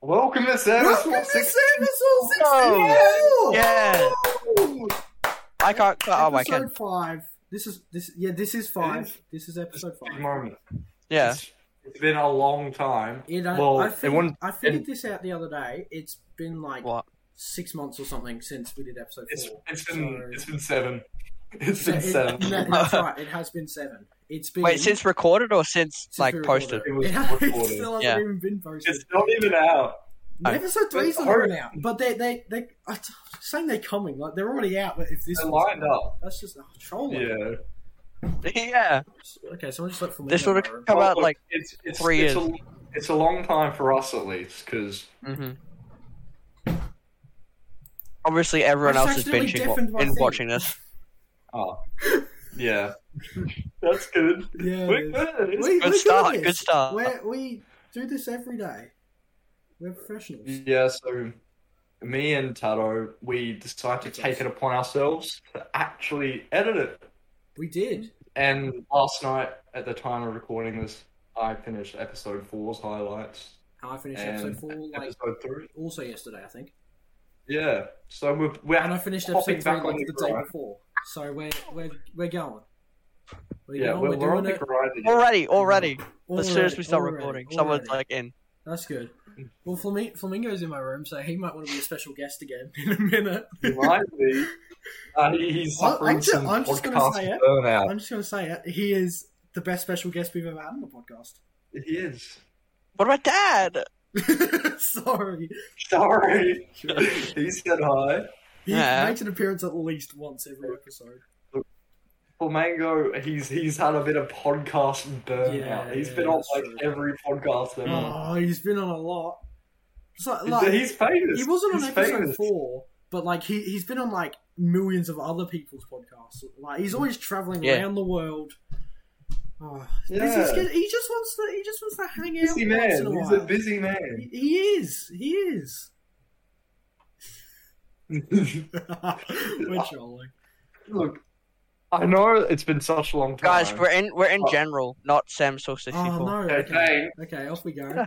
Welcome to Savage Welcome School to Savage 60. School 62! Oh, yeah. Woo! I can't. Oh, I can. Episode 5. This is, this, yeah, this is 5. is. This is episode 5. Big moment. Yeah. It's- it's been a long time. You know, Well, uh, I, it figured, wouldn't- I figured this out the other day. It's been like What? six months or something since we did episode It's, four. it's been So- it's been seven. It's Yeah, been it- seven. no, that's right. It has been seven. It's been Wait, since recorded or since, since like we recorded. posted? It was It, has, it recorded. still hasn't Yeah. even been posted. It's not even out. no. episode three's But not even out, but they they they I'm saying they're coming. Like they're already out. But if this They're was- lined up. that's just oh, trolling. Yeah. yeah. Okay, someone just look for me. This would have come out Look, like. it's, it's, three it's years. A, it's a long time for us at least because hmm Mm-hmm. Obviously, everyone I else just is binging accidentally deafened my wa- in thing. watching this. oh yeah, that's good. Yeah, We're we, good. we Good do start. this. Good start. We're, we do this every day. We're professionals. Yeah, so me and Tato, we decided to take it upon ourselves to actually edit it. We did. And last night, at the time of recording this, I finished episode four's highlights, I finished And episode four like episode three. also yesterday, I think. Yeah, so we're, we're and I finished hopping episode three back on like the the day grind. before. So we're we're we're going. We're Yeah, going. we're, We're, we're on doing the it. grind. again. Already, already. already, as soon as we start already, recording, someone's already. like in. "That's good." Mm. Well, Flamin- Flamingo's in my room, so he might want to be a special guest again in a minute. He might be. Uh, he's I- I'm suffering ju- some I'm just gonna podcast say it. burnout. I'm just going to say it. He is the best special guest we've ever had on the He is. What about Dad? podcast. Sorry, Sorry. he said hi. he Yeah. makes an appearance at least once every episode. Flamingo, he's he's had a bit of podcast burnout. Yeah, he's yeah, been on that's like true. every podcast ever. Oh, he's been on a lot. It's like, like, he's famous. he wasn't on He's episode famous. four, but like he he's been on like millions of other people's podcasts. Like he's always traveling Yeah. around the world. Oh, Yeah. he's just- he just wants to he just wants to hang out. Busy once in a man. He's while. a busy man. He- He is. He is. We're trolling. Look, I know it's been such a long time. Guys, we're in. We're in general, not Sam Soul sixty four. Oh no. Okay, Okay. Okay, off we go.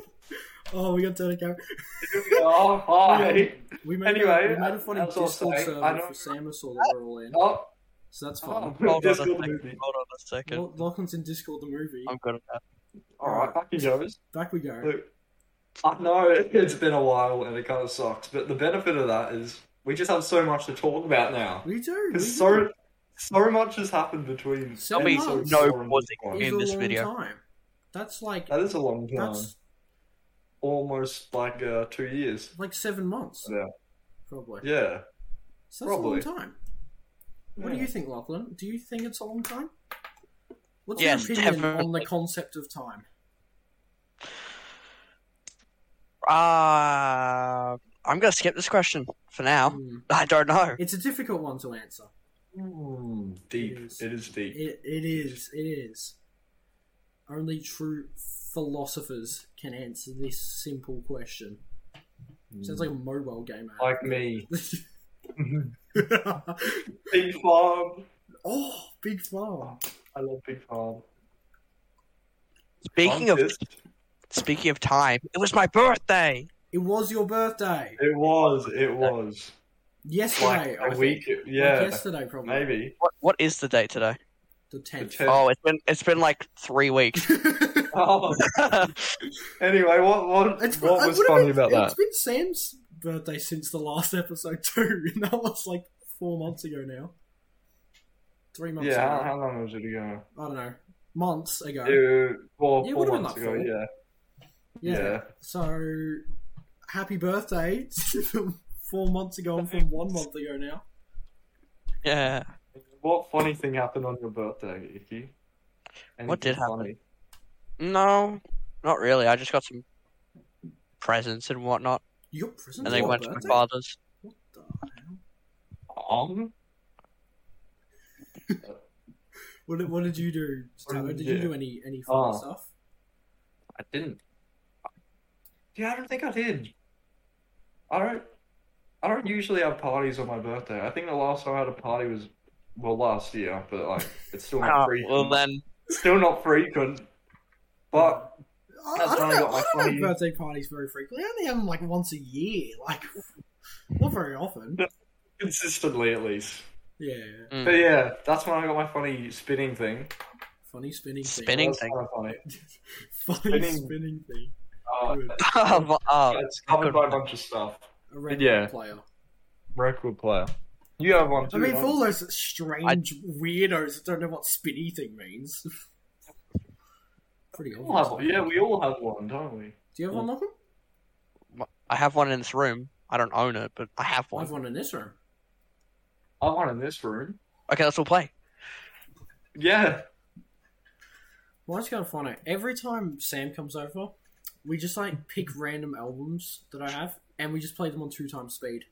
oh, we got to go. oh, hi. We made a, Anyway, we made a funny as I was Discord saying, I server don't- for Samusaw that we're all in, Oh, so that's fun. oh, Hold on a just second. got Hold the on movie. a second. Lo- Lachlan's in Discord the movie. I'm good at that. All right, back he goes. Back we go. Look, I know it's been a while and it kind of sucks, but the benefit of that is we just have so much to talk about now. We do. we do. Because so so much has happened between. So and much. No foreign pausing. It point. was in a this long video. Time. That's like That is a long time. that's Almost like uh, two years. like seven months. Yeah. Probably. Yeah. So that's probably. a long time. What do Yeah. you think, Lachlan? Do you think it's a long time? What's Yes, your opinion definitely. on the concept of time? Uh, I'm gonna skip this question for now. Hmm. I don't know. It's a difficult one to answer. Mm, deep. It is. It is deep. It, it is. It is. Only true philosophers can answer this simple question. Sounds like a mobile game. ad. Like me. oh, Big Farm. Big Farm. I love Big Farm. Speaking of Contest. speaking of time, it was my birthday. It was your birthday It was. It was. yesterday. Like I a think. week. Like Yeah. yesterday probably. Maybe. What what is the date today? the tenth. tenth. Oh, it's been it's been like three weeks. Oh, anyway, what what, It's- I what was would've funny been- about that? It's been Sam's birthday since the last episode too, and that was like four months ago now. Three months Yeah, how, ago. how long was it ago? I don't know. Months ago. Two, four, Yeah, it four would've been months like ago. four. Yeah. Yeah. yeah. So, happy birthday! from four months ago and from one month ago now. yeah. What funny thing happened on your birthday, Icky? What did Anything happen? funny? No, not really. I just got some presents and whatnot, You got presents and then for went your to my birthday? father's. What the hell? Um, What did, what did you do, Tyler? Did you Yeah. do any any fun Oh. stuff? I didn't. Yeah, I don't think I did. I don't. I don't usually have parties on my birthday. I think the last time I had a party was well last year, but like it's still not Oh, frequent. well then, It's still not frequent. But I, That's I don't when I know. got my I don't funny- have birthday parties very frequently. I only have them like once a year, like not very often. consistently at least. Yeah, Hmm. But yeah, that's when I got my funny spinning thing. funny spinning thing. Spinning That was thing. kinda funny. funny Spinning- spinning thing. Uh, Good. Oh, I discovered by a bunch of stuff. A record Yeah. player. Record player. You have one too. I mean, for don't all those strange weirdos that don't know what spinny thing means, pretty you? We all have obvious. one. Yeah, we all have one, don't we? Do you have one, Malcolm? I have one in this room. I don't own it, but I have I one. have one in this room. I have one in this room. Okay, let's all play. Yeah. Well, I just gotta find out. Every time Sam comes over, we just like pick random albums that I have, and we just play them on two times speed.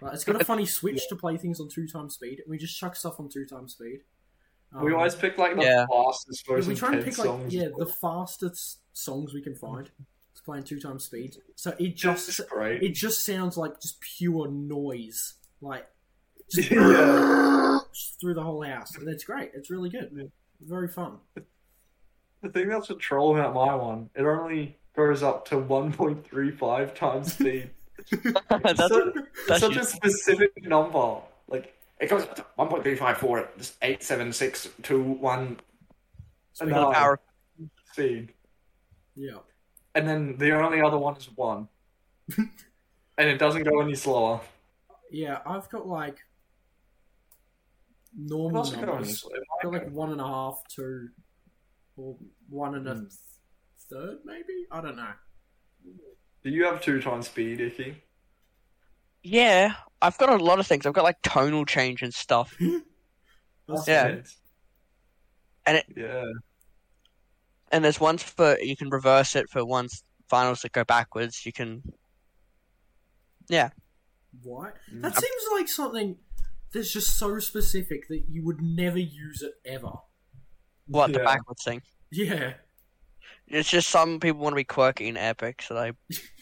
Like, it's got a funny switch to play things on two times speed, and we just chuck stuff on two times speed. Um, we always pick like the Yeah. fastest, yeah, most we try and intense pick like songs. yeah the fastest songs we can find. It's playing two times speed, so it Just just great. it just sounds like just pure noise, like just Yeah. through the whole house, and it's great. It's really good, very fun. I think that's a troll about my one. It only goes up to 1.35 times speed. that's So- that's such a useful. specific number. Like it goes up to 1.354 at this 87621 Speed. No. the power of speed. Yeah. And then the only other one is 1. and it doesn't go any slower. Yeah, I've got like What normal else could go any numbers. slower? It I've got might like go- one and a half, two, or one and a third, maybe. I don't know. Do you have two times speed, Icky? Yeah, I've got a lot of things. I've got like tonal change and stuff. That's Yeah. good. And it- Yeah. And there's ones for you can reverse it for ones finals that go backwards. You can What? Mm. That seems like something that's just so specific that you would never use it ever. what the Yeah. backwards thing. Yeah. It's just some people want to be quirky and epic, so they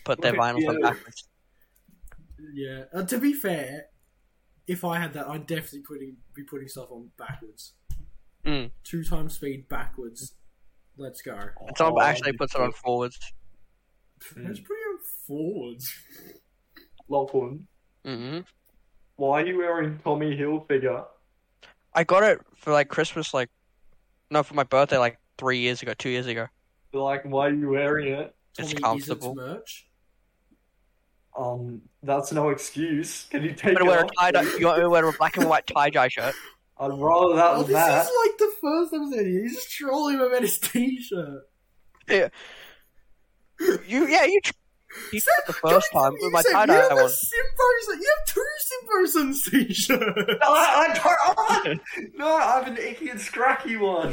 put their Okay, vinyls on yeah. backwards. Yeah. Uh, to be fair, if I had that, I'd definitely putting be putting stuff on backwards. Mm. Two times speed backwards. Let's go. Someone Oh, actually that'd puts it be on forwards. Mm. That's pretty forwards. Lachlan, hmm why are you wearing Tommy Hilfiger? I got it for like Christmas, like no, for my birthday, like three years ago, two years ago. Like, why are you wearing it? It's Tommy Izzard's comfortable. merch. Um, that's no excuse. Can you take it You want to wear a off? tie dye? You want me to wear a black and white tie dye shirt? I'd rather that Oh, than this that. is like the first episode. He's just trolling him about his t-shirt. You yeah, you. tr- You Sam, tried the first Guys, time with my you said tie You dye have a one. Simpson. You have two Simpsons t-shirts, No, I, I don't. oh, no, I have an icky and scracky one.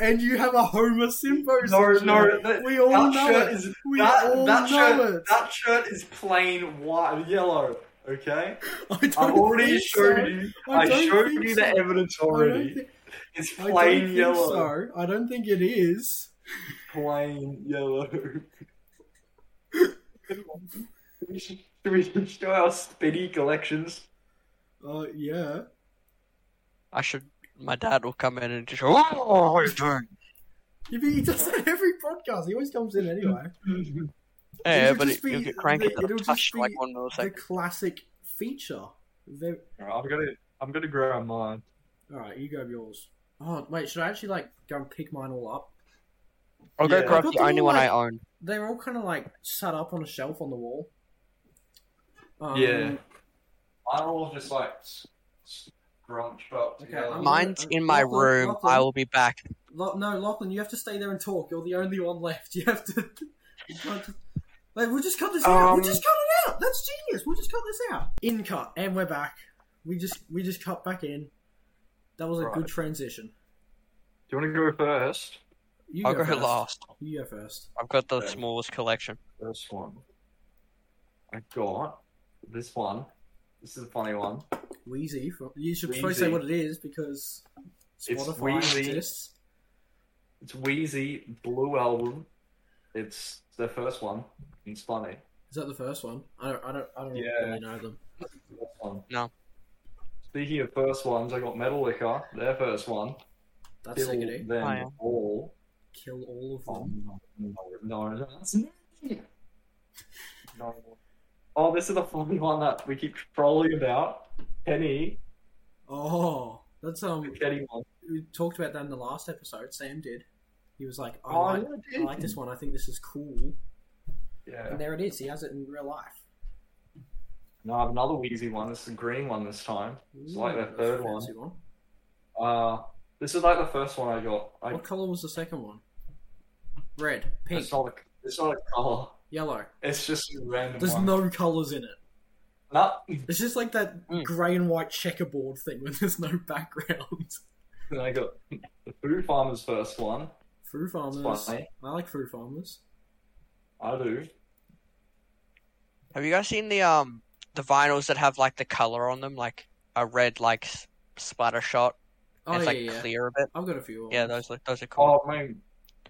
and you have a Homer Simpson. No, shirt. no, that- we all that know shirt it. is we all that, that know shirt. it. That shirt is plain white, yellow. Okay, I don't I already think showed so. you. I I, don't showed think you so. the evidence I don't, already. think, it's I plain don't think yellow. so. I don't think it is. Plain yellow. we should, should we show our spinny collections? Uh, yeah. I should. My dad will come in and just go, "Oh, what are you doing?" He, he does that every podcast. He always comes in anyway. Yeah, would but just it, will be- get cranky. it'll It'll just touch be like one millisecond. The classic feature. Very, Alright, I'm gonna I'm gonna grab mine. All right, you grab yours. Oh wait, should I actually like go and pick mine all up? I'll go Yeah. grab I've got the them only all, one I like- own. They're all kind of like set up on a shelf on the wall. Um, Yeah. Mine all just like s- s- scrunched up Okay, together. I'm gonna- Mine's in my Lachlan, room. Lachlan. I will be back. Lo- no, Lachlan, you have to stay there and talk. You're the only one left. You have to. you can't just- Wait, we'll just cut this out. Um, We'll just cut it out. That's genius. We'll just cut this out. In cut, and we're back. We just we just cut back in. That was a Right. good transition. Do you wanna go first? You I'll go go first. last. You go first. I've got the Okay. smallest collection. First one. I got this one. This is a funny one. Wheezy. From, you should probably say Wheezy. what it is because It's Spotify Wheezy. exists. It's Wheezy Blue Album. It's the first one. It's funny. Is that the first one? I don't. I don't. I don't Yeah. really know them. First one. No. Speaking of first ones, I got Metal Liquor, their first one. That's eh? Kill sickity. them Oh, yeah. all. kill all of Oh, them. no, no, no, that's- no. Oh, this is the funny one that we keep trolling about. Kenny, Oh, that's the um. Kenny one. We talked about that in the last episode. Sam did. He was like, I, Oh, like, yeah, I dude. like this one. I think this is cool. Yeah. And there it is. He has it in real life. No, I have another wheezy one. This is a green one this time. It's like Ooh, the that's a third one. fancy one. Uh, this is like the first one I got. I, What color was the second one? Red, pink, it's not a, it's not a color. yellow. It's just a random There's one. no colors in it. No, It's just like that Mm. grey and white checkerboard thing when there's no background. And I got the food farmer's first one. Fruit It's farmers. funny. I like fruit farmers. I do. Have you guys seen the um the vinyls that have like the color on them, like a red like s- splatter shot? Oh and it's yeah, like yeah. clear a bit. I've got a few. Of Yeah, those. those look those are cool. Oh man,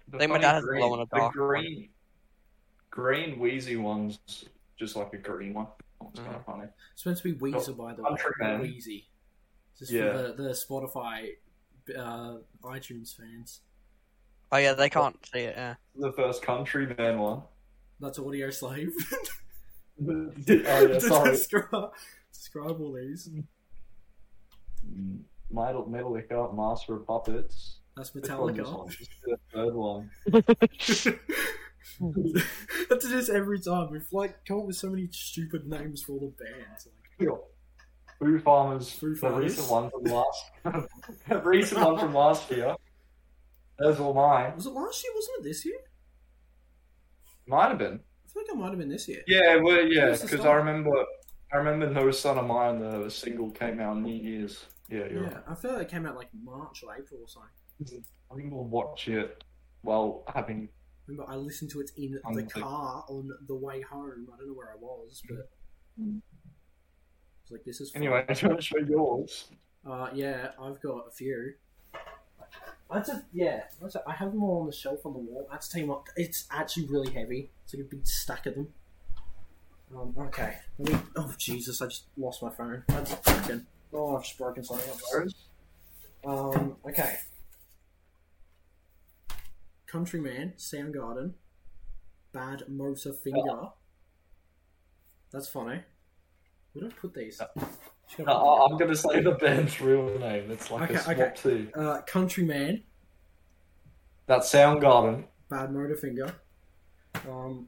the I think my funny dad has a green- glow in the dark one. green, green wheezy ones, just like a green one. Oh, It's kind Mm-hmm. of funny. It's meant to be Weezer, by the way. Countryman. not Wheezy. Just Yeah. for the, the Spotify, uh, iTunes fans. Oh yeah, they can't see it. Yeah. The first country man one. That's Audio Slave. oh yeah, to sorry. describe, describe all these. Metal, Metallica, Master of Puppets. That's This one was Metallica. on- this is The third one. That's just every time. We've like come up with so many stupid names for all the bands. Like, Food Farmers. Food the Farmers. recent one from last. the recent one from last year. Those were mine. was it last year? Wasn't it this year? Might have been. I feel like it might have been this year. Yeah, well, yeah, Who's the because I star? remember, I remember no son of mine. The single came out New Year's. Yeah, you're Yeah, right. I feel like it came out like March or April or something. I think we'll watch it while having. Remember, I listened to it in On the the- car on the way home. I don't know where I was, but Mm. it's like this is fun. Anyway, I'm trying to show yours. Uh, yeah, I've got a few. That's a yeah. That's a, I have them all on the shelf on the wall. That's tell you what, it's actually really heavy. It's like a big stack of them. Um, okay. Let me, oh Jesus! I just lost my phone. That's broken. Oh, I've just broken something. up. Um, okay. Countryman, Soundgarden, Bad Motor Finger. That's funny. Where did I put these? No, Should I put them? I- I'm gonna say the band's real name. It's like Okay, a swap okay. too. Uh, Countryman, That Soundgarden. Bad Motor Finger. Um,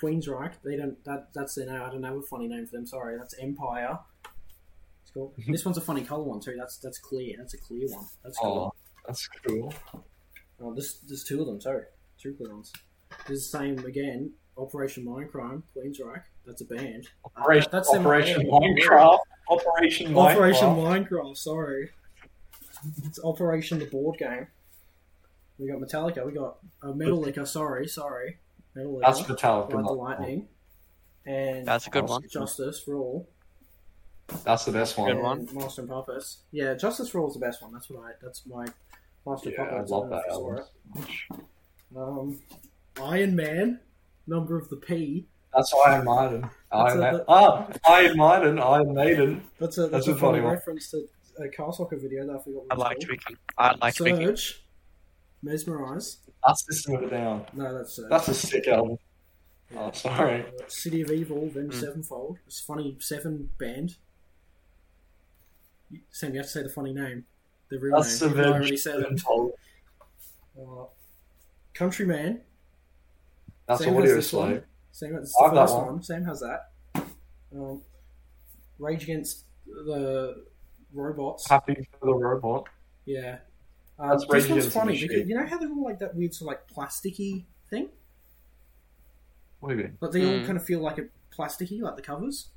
Queensryche. They don't. That that's their name. I don't know a funny name for them. Sorry, that's Empire. It's cool. this one's a funny color one too. That's that's clear. That's a clear one. That's Mm-hmm. Oh, cool. that's cool. Oh, this there's two of them. Sorry, two clear ones. There's the same again. Operation Mindcrime, Queensryche. That's a band. Uh, Operation, that's their Operation name. Minecraft. Operation Minecraft. Operation Minecraft, sorry. It's Operation the board game. We got Metallica, we got uh, Metallica, sorry, sorry. Metallica, That's Metallica. Ride the Minecraft. Lightning. And That's a good one. Justice for All. That's the best Good one. and one. Master and Puppets. Yeah, Justice for All is the best one. That's what I, that's my Master and Yeah, I Puppets. love don't know if that you saw album. it. Um, Iron Man, Number of the P. That's Iron Maiden. Iron a- Ma- Ah, Iron Maiden. Iron Maiden. That's a, that's That's a, a funny funny one. reference to a Carl Soccer video that I forgot what I it was like called. tweaking. I like tweaking. Surge, Mesmerize. That's System of a Down. No, that's Surge. That's a sick album. Oh, sorry. City of Evil, then Mm. Sevenfold. It's a funny seven band. You- Sam, you have to say the funny name. The real That's name. the even though I already said Virgin it. Toll. Uh, Countryman. That's Sam has audio this slow. one. Sam, it's I the have that first one. one. Sam has that. Um, Rage Against the Robots. Happy for the robot. Yeah. Uh, That's this Rage one's Against the funny Machine. because you know how they're all like that weird sort of like plasticky thing? What do you mean? But they all Mm. kind of feel like a plasticky, like the covers.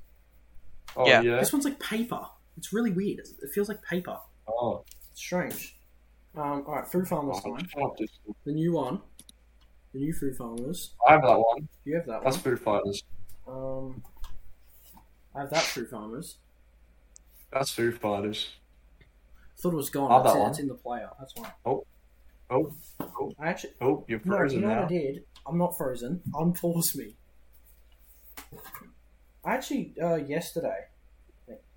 Oh yeah. Yeah. This one's like paper. It's really weird. It's- It feels like paper. Oh. Strange. Um, all right, Fruit Farmers oh, time. shut up, dude. The new one. The new Fruit Farmers. I have that one. You have that That's one. Foo Fighters. Um, I have that Fruit Farmers. That's Foo Fighters. Thought it was gone. I have That's that it. one. It's in the player. That's why. Oh, I actually. oh, you're No, you frozen know what I now. did? I'm not frozen. Unpause me. I actually, uh, yesterday,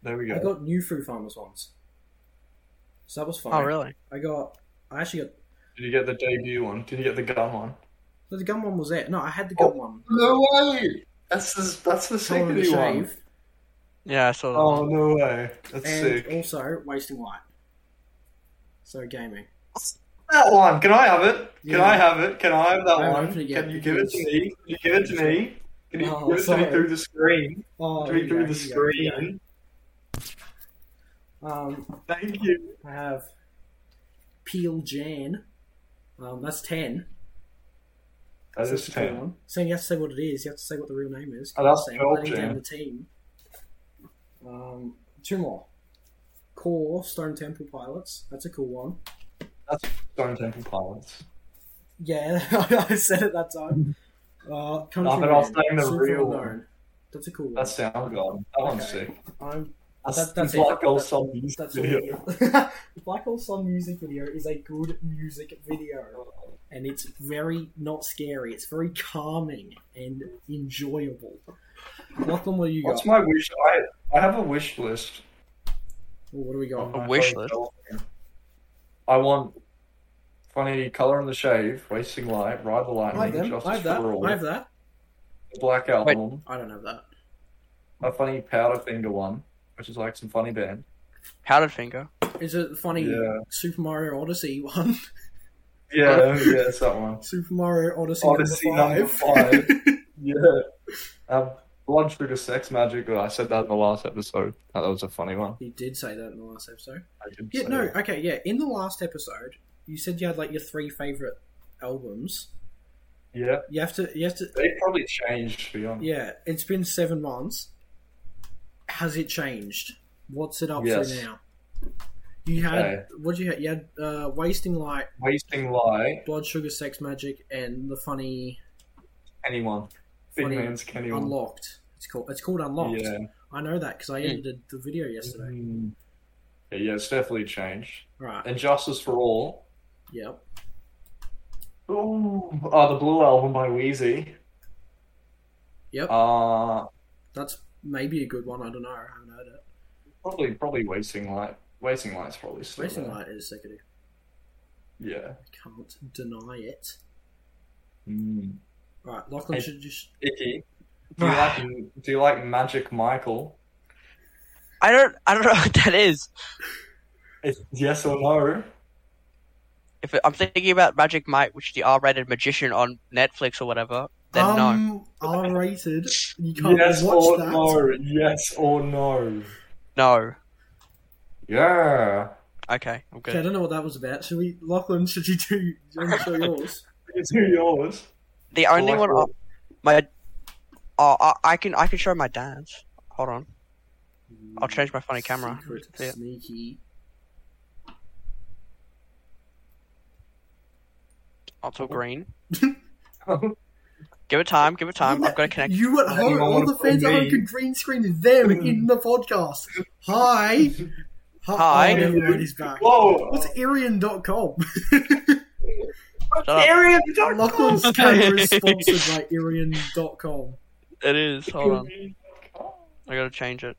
There we I go. got new Fruit Farmers ones. So that was fun. Oh really? I got. I actually got Did you get the debut one? Did you get the gun one? No, the gun one was it. No, I had the gun Oh, one. No way! That's the, that's the Colour second to one. shave, Yeah, I saw that. Oh, no way. That's and sick. also wasting light. So gaming. that one. Can I have it? Can Yeah. I have it? Can I have that I'm one? opening it Can you give it to because- me? Can you give it to me? Can you Oh, give it to me sorry. through the screen? Oh, through here through you go, the here you go, here screen. you go. Um, Thank you. I have Peel Jan. Um, that's ten. That is That's the cool ten. one. Saying you have to say what it is. You have to say what the real name is. Oh, that's Saying Pearl letting down Jam. the team. Um, two more. Core Stone Temple Pilots. That's a cool one. Stone Temple Pilots. Yeah, I said it that time. Uh, Countryman, but I was saying the Super real one. Unknown. That's a cool one. That's Soundgarden. That one's Okay. sick. I'm That's, That- that's the it. Black Hole That's- Sun music That's all. video. the Black Hole Sun music video is a good music video, and it's very not scary. It's very calming and enjoyable. Lachlan, what do you got? What's my wish? I I have a wish list. Oh, what do we of got? my wish favorite album. I want funny color in the shave, wasting light, ride the I have lightning, them. justice I have that. for all, I have that. The black album, I don't have that. a funny powder finger one, which is like some funny band. How did finger? Is it the funny Yeah. Super Mario Odyssey one? Yeah, yeah, it's that one. Super Mario Odyssey, Odyssey number number five. five. Yeah. Um, blood sugar sex magic. I said that in the last episode. That was a funny one. you did say that in the last episode. I did Yeah, say no, that. okay, yeah. In the last episode, you said you had like your three favorite albums. Yeah, You have to, you have to, they probably changed. To be honest. Yeah, it's been seven months. Has it changed? What's it up Yes. to now? You had Okay. what you had? You had uh, wasting light, Wasting light. blood sugar, sex magic, and the funny, Anyone. Big funny man's Kenny one. unlocked. It's called it's called unlocked. Yeah. I know that because I Mm. edited the video yesterday. Mm. Yeah, yeah, it's definitely changed. Right. And Justice for All. Yep. Ooh, oh, the Blue Album by Wheezy. Yep. Uh, That's maybe a good one. I don't know. I haven't heard it. probably, probably Wasting Light. Wasting Light's probably still Wasting there. light is secondary. Yeah. I can't deny it. Mm. Right, Lachlan Hey. should just. Icky. Do you like Do you like Magic Michael? I don't. I don't know what that is. It's yes or no. If it, I'm thinking about Magic Mike, which is the R-rated magician on Netflix or whatever, then no. um, R-rated. You can't yes watch or that. no. Yes or no. No. Yeah. Okay, I'm Okay, I good. don't know what that was about. Should we, Lachlan? Should you do? Do you want to show yours? It's who yours. The only Black one, Hole. I- my, oh, I, I can I can show my dad's. Hold on, I'll change my funny camera. Secret, Yeah. sneaky. I'll talk green. Oh. give it time. Give it time. I've got to connect. You at home? Anyone All wanna the fans at play home me? can green screen them in the podcast. Hi. Hi. Oh, never mind, he's back. Whoa. What's Irian.com? Shut up. Lachlan's camera is sponsored by Irian.com. It is. Hold on. I gotta change it.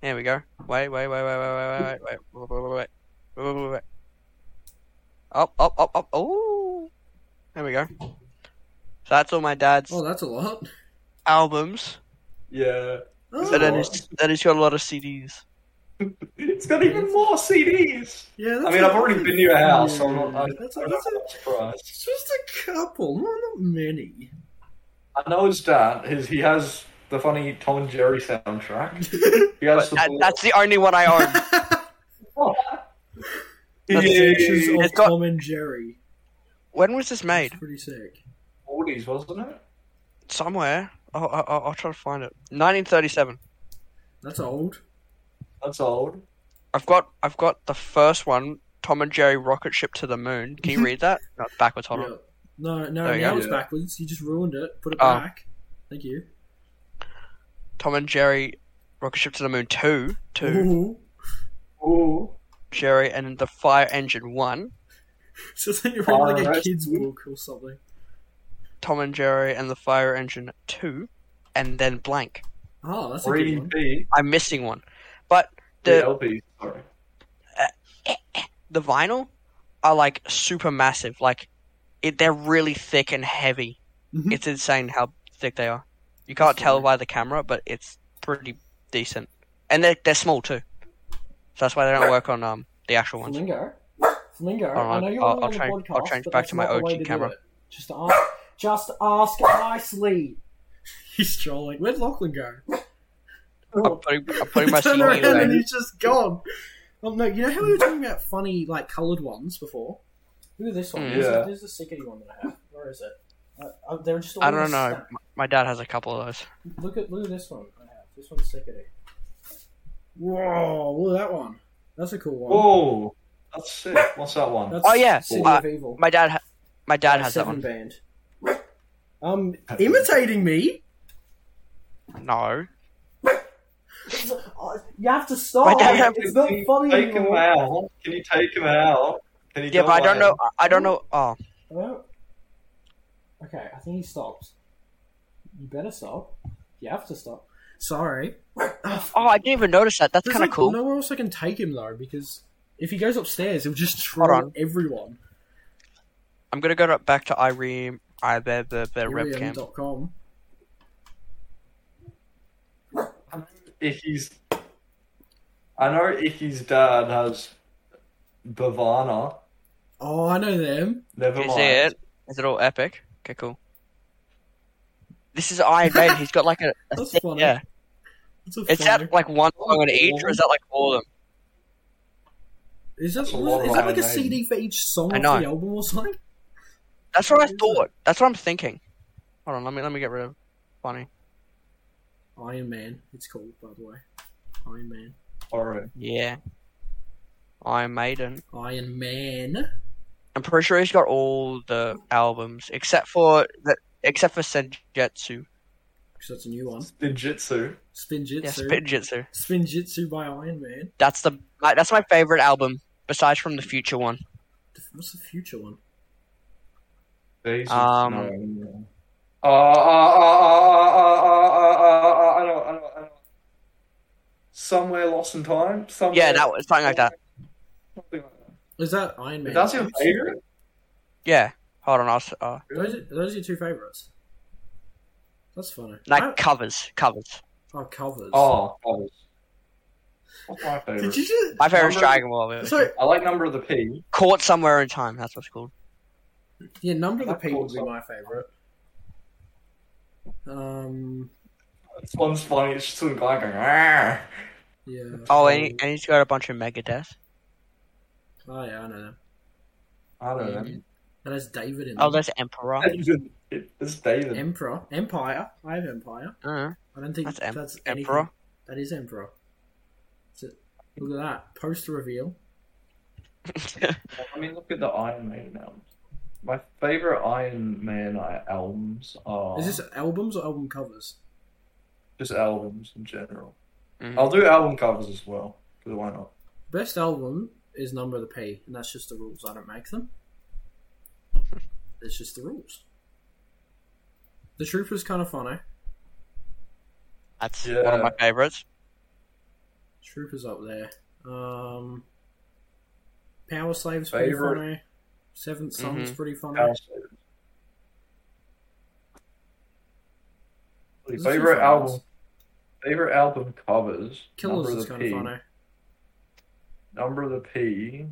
There we go. Wait, wait, wait, wait, wait, wait, wait, wait, wait, wait, wait, wait, wait, wait, wait. Up, up, up, up. Oh, there we go. So that's all my dad's Oh, that's a lot. albums, Yeah. Oh, and then he's, then he's got a lot of CDs. It's got even more CDs. yeah, that's I mean, a- I've already been to your house, so I'm not. That's I, a- I'm that's a- not surprised. It's just a couple, not, not many. I know his dad. His he has the funny Tom and Jerry soundtrack. He has But the that, that's the only one I own. The Adventures Yeah. of It's got- Tom and Jerry. when was this That's made? pretty sick. 40s, wasn't it? Somewhere. I'll, I'll, I'll try to find it. 1937. That's old. That's old. I've got I've got the first one. Tom and Jerry rocket ship to the moon. Can you read that? No, it's backwards. Hold on. Yeah. No, no, There you now go. it's backwards. You just ruined it. Put it Oh. back. Thank you. Tom and Jerry rocket ship to the moon. Two, two. Ooh. Ooh. Jerry and the Fire Engine 1, So it's like you're reading like a Alright. kid's book or something. Tom and Jerry and the Fire Engine 2, and then blank. Oh, that's a good Green one. B. I'm missing one. But The the LP. Sorry. the vinyl are like super massive. Like, it, they're really thick and heavy. Mhm. It's insane how thick they are. You can't That's tell right. by the camera, but it's pretty decent. And they're they're small too, so that's why they don't work on um the actual ones. Flamingo. Flamingo. Hold I know on, you're I'll- only I'll on the change- podcast, I'll change but back that's to my not the way OG to do camera. it. Just ask. Just ask nicely. He's trolling. Where'd Lachlan go? Oh, I'm putting, I'm putting my Turn CD around and away. he's just gone. Well, no, you know how we were talking about funny, like, coloured ones before? Look at this one. Mm. There's, Yeah. a, there's a sickety one that I have. Where is it? Uh, uh, they're just all I in a don't know. stack. M- My dad has a couple of those. Look at look at this one I have. This one's sickety. Whoa! Look at that one. That's a cool one. Whoa, that's sick. What's that one? That's Oh, yeah. City Uh, of Evil. My dad, ha- my dad has that Seven one. band. Um, imitating me. No, You have to stop. dad had- It's not Can you funny take him anymore. out? Can you take him out? Can you yeah, go but I don't away? know. I- I don't know. Oh, Well, okay, I think he stopped. You better stop. You have to stop. Sorry. Ugh, oh, I didn't even notice that. That's There's kind of like cool. nowhere else I can take him though, because if he goes upstairs, he'll just Hold troll on. everyone. I'm gonna go to, back to Irene. I the the the webcam. Irium.com. Icky's. I know Icky's dad has Bavana. Oh, I know them. Never Is mind. it? Is it all epic? Okay, cool. This is Iron Maiden. He's got like a, a That's thing- funny. yeah. That's Oh, a Is funny- that like one song on each, or is that like all of them? Is that, That's a lot is of that like a Iron Maiden. CD for each song I of the know. album or something? That's what I thought. That's what I'm thinking. Hold on, let me let me get rid of funny. Iron Man, it's called by the way. Iron Man. Alright. Yeah, Iron Maiden. Iron Man. I'm pretty sure he's got all the albums except for the except for Senjutsu. Because that's a new one. Ninjutsu. Spinjitsu. Yeah, Spinjutsu. Spinjitsu by Iron Man. That's the my, that's my favorite album besides from the future one. What's the future one? Jesus. Um, no, no. Uh, uh, uh, ah, uh, uh, uh, uh, uh, uh, I know, I know, I know. Somewhere lost in time. Somewhere. Yeah, that was something like that. Something like that. Is that Iron Man? That's your favorite. Yeah. Hold on, I'll s- uh, Those are, those are your two favorites. That's funny. like I- covers, covers. oh, covers. Oh, covers. What's my favorite? Did you just? My favorite is Number- Dragon Ball. Really. So I like Number of the P. Caught somewhere in time. That's what it's called. yeah, number of the That's people would awesome. be my favorite. Um. This one's funny. It's just a guy going. "Argh." Yeah. Oh, and, he, and he's got a bunch of Megadeth. Oh yeah, I know. them. I don't know. Mm. And there's David in. Oh, there. there's Emperor. It's David. Emperor, Empire. I have Empire. Uh, I don't think That's that's, em- anything- Emperor. That is Emperor. That's it. Look at that post reveal. I mean, look at the Iron Man albums. My favorite Iron Man uh, albums are Is this albums or album covers? just albums in general. Mhm. I'll do album covers as well because why not? Best album is number of the P, and that's just the rules. I don't make them. It's just the rules. The Trooper's kind of funny. that's one of my favorites. Trooper's up there. Um, Power Slave's Favorite. Mm-hmm. pretty funny. Seventh Son's Mhm. pretty funny. House There's a few favorite funny album, ones. favorite album covers. Killers number is of the kind of P. funny. Number of the P.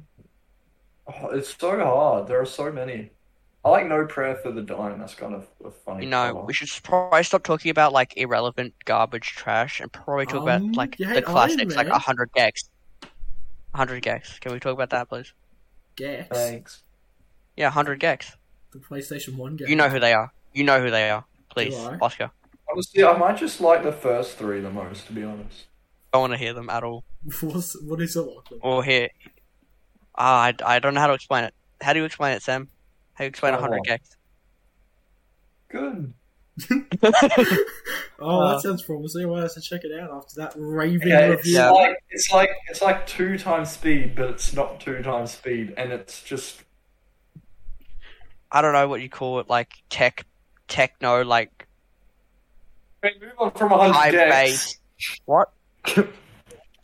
Oh, it's so hard. There are so many. I like No Prayer for the Dying. That's kind of a funny. You know, cover. we should s- probably stop talking about like irrelevant garbage trash and probably talk about Um, like you the hate Iron classics, like Man? hundred gigs. hundred gigs. Can we talk about that, please? Gex, Thanks. Yeah, hundred gigs. the PlayStation One game. You know who they are. You know who they are. Please, I? Oscar. Honestly, I might just like the first three the most, to be honest. Don't want to hear them at all. What's, what is it like? Or hear. Ah, I, I don't know how to explain it. How do you explain it, Sam? How do you explain Come hundred gigs? Good. Oh, Uh, that sounds promising. Well, I should check it out after that raving Yeah, it's review. Yeah. like it's like it's like two times speed, but it's not two times speed, and it's just I don't know what you call it. Like tech, techno, like we move on from Oh, hundred High gex. base. What?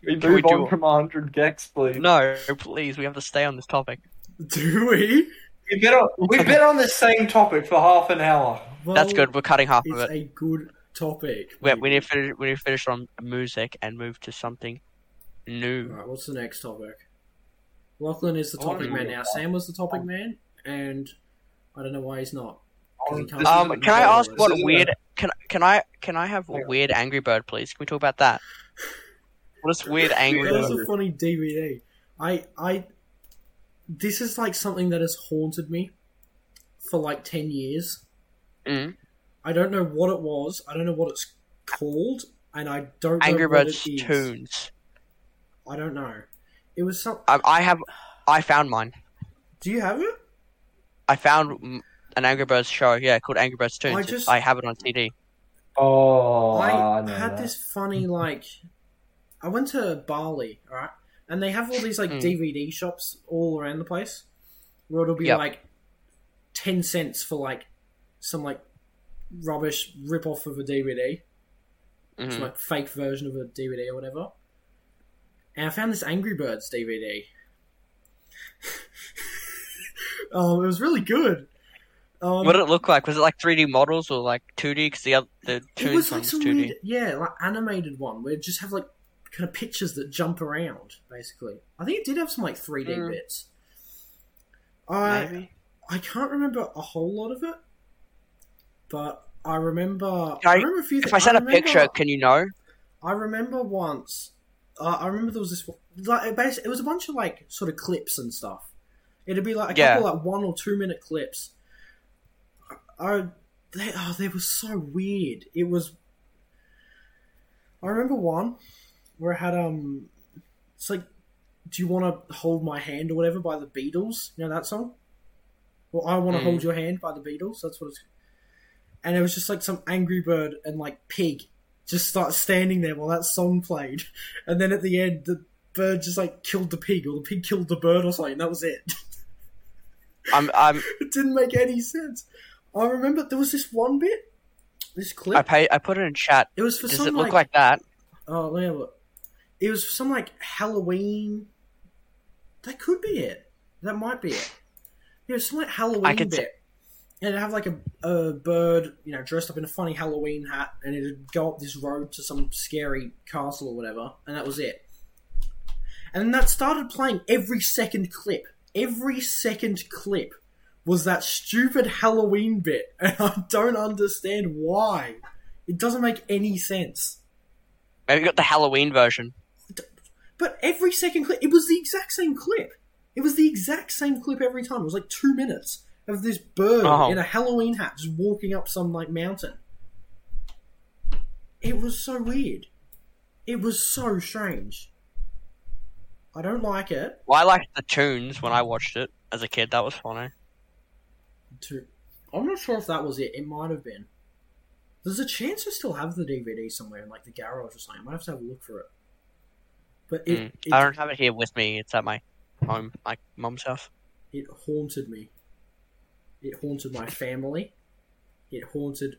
We Can we move do on it? from hundred gex, please. No, please. We have to stay on this topic. Do we? We've been on, we've been on the same topic for half an hour. Well, That's good. We're cutting half of It's it. a good topic. Wait, we need to finish. We need to finish on music and move to something new. Alright, what's the next topic? Lachlan is the I wanna topic know man what now. Sam was the topic man, and I don't know why he's not. Um, This Um, isn't can I a- ask this what isn't a- weird? Can can I can I have a Yeah. weird Angry Bird, please? Can we talk about that? What is weird Angry That was Bird? a funny DVD. I I this is like something that has haunted me for like ten years. Mm. I don't know what it was. I don't know what it's called, and I don't know Angry what Birds it is. tunes. I don't know. It was some. I, I have. I found mine. Do you have it? I found mm, an Angry Birds show. Yeah, called Angry Birds tunes. It's- I, just- have it on CD. Oh, I, know had that. this funny like I went to Bali, right? And they have all these like Mm. DVD shops all around the place where it'll be Yep. like 10 cents for like some like rubbish rip off of a DVD, Mhm. some like fake version of a DVD or whatever. And I found this Angry Birds DVD. um, it was really good. Um, what did it look like? Was it like 3D models or like 2D? Because the other the it tunes was like one's some 2D. weird, yeah, like animated one where it just have like kind of pictures that jump around. Basically, I think it did have some like three D Mm. bits. I Maybe. I can't remember a whole lot of it, but I remember. Can I- remember a few. If things. I send a remember- picture, can you know? I remember once. Uh, I remember there was this. Like, it basi- it was a bunch of like sort of clips and stuff. It'd be like a Yeah. couple like one or two minute clips. I, I- they, oh, they were so weird. It was. I remember one where I had um, it's like, do you want to hold my hand or whatever by the Beatles? You know that song. Well, I want to Mm. hold your hand by the Beatles. That's what it's. And it was just like some Angry Bird and like pig just start standing there while that song played, and then at the end the bird just like killed the pig or the pig killed the bird or something. That was it. I'm I'm it didn't make any sense. I remember there was this one bit, this clip. I pay I put it in chat. it was for Does some it look like, like, that? oh let me have a look. It was for some like Halloween. That could be it. That might be it. It was some like Halloween could bit. s- and it'd have like a, a bird, you know, dressed up in a funny Halloween hat, and it'd go up this road to some scary castle or whatever, and that was it. And then that started playing every second clip. Every second clip was that stupid Halloween bit, and I don't understand why. It doesn't make any sense. Maybe you got the Halloween version. But every second clip, it was the exact same clip. It was the exact same clip every time. It was like two minutes of this bird Oh. in a Halloween hat just walking up some like mountain. It was so weird. It was so strange. I don't like it. Well, I liked the tunes when I watched it as a kid. That was funny. To, I'm not sure if that was it. It might have been. There's a chance I still have the DVD somewhere in like the garage or something. I might have to have a look for it. But it, Mm. it, I don't have it here with me. It's at my home, my mum's house. It haunted me. It haunted my family. It haunted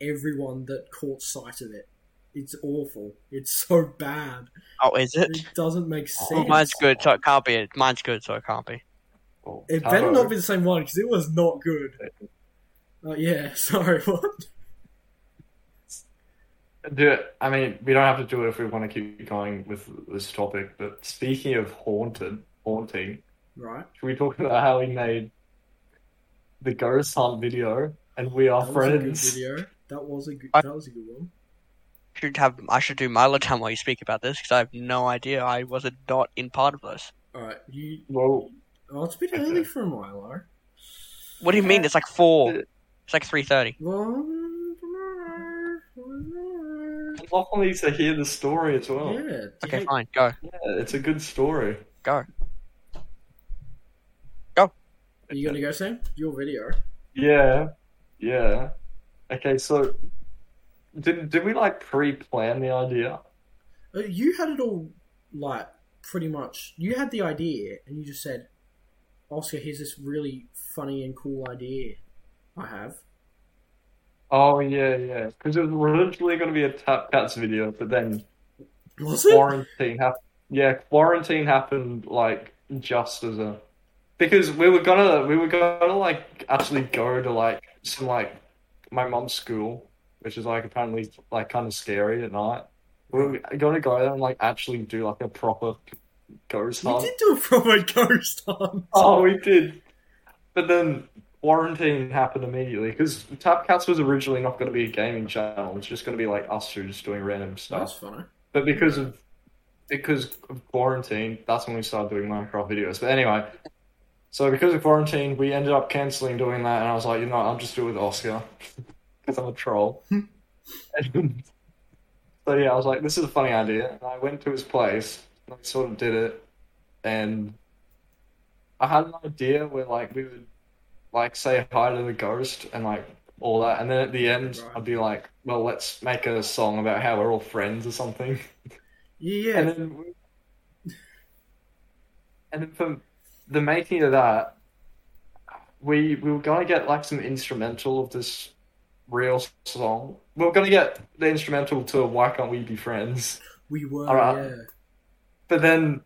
everyone that caught sight of it. It's awful. It's so bad. Oh, is it? It doesn't make sense. Oh, Mine's good, so it can't be. Mine's good, so it can't be. Oh, It better Tabo. not be the same one because it was not good. Oh yeah, sorry. What? Do it. I mean, we don't have to do it if we want to keep going with this topic. But speaking of haunted, haunting, Right. should we talk about how we made the ghost hunt video and we are That was a good friends? video. That was a good. I- That was a good one. Should have. I should do my time while you speak about this because I have no idea. I was not in part of this. All right. You. Well, Oh, it's a bit Okay. early for a Mylar. What do you mean? It's like four. It's like three thirty. Well. Lachlan needs to hear the story as well. Yeah, Yeah. Okay, yeah. fine. Go, it's a good story. go. Are you gonna go, Sam? Your video. Yeah, yeah. Okay, so did did we like pre-plan the idea? Uh, You had it all, like, pretty much. You had the idea, and you just said, Oscar, here's this really funny and cool idea I have. Oh yeah, yeah. Because it was originally going to be a tap cats video, but then Was quarantine happened. Yeah, quarantine happened like just as a because we were gonna we were gonna like actually go to like some like my mom's school, which is like apparently like kind of scary at night. We were gonna go there and like actually do like a proper ghost We hunt. did do a proper ghost hunt. Oh, we did. But then quarantine happened immediately because Tapcats was originally not going to be a gaming channel. It's just going to be like us two just doing random That's stuff. funny. But because of because of quarantine, that's when we started doing Minecraft videos. But anyway, so because of quarantine, we ended up canceling doing that, and I was like, you know, what, I'll just do it with Oscar because I'm a troll. And so yeah, I was like, this is a funny idea, and I went to his place. And I sort of did it, and I had an idea where like we would like say hi to the ghost and like all that, and then at the end, Right. I'd be like, well, let's make a song about how we're all friends or something. Yeah, yeah. And then, we- and then for the making of that, we we were gonna get like some instrumental of this real song. We were gonna get the instrumental to "Why Can't We Be Friends," we were. Alright. Yeah. but then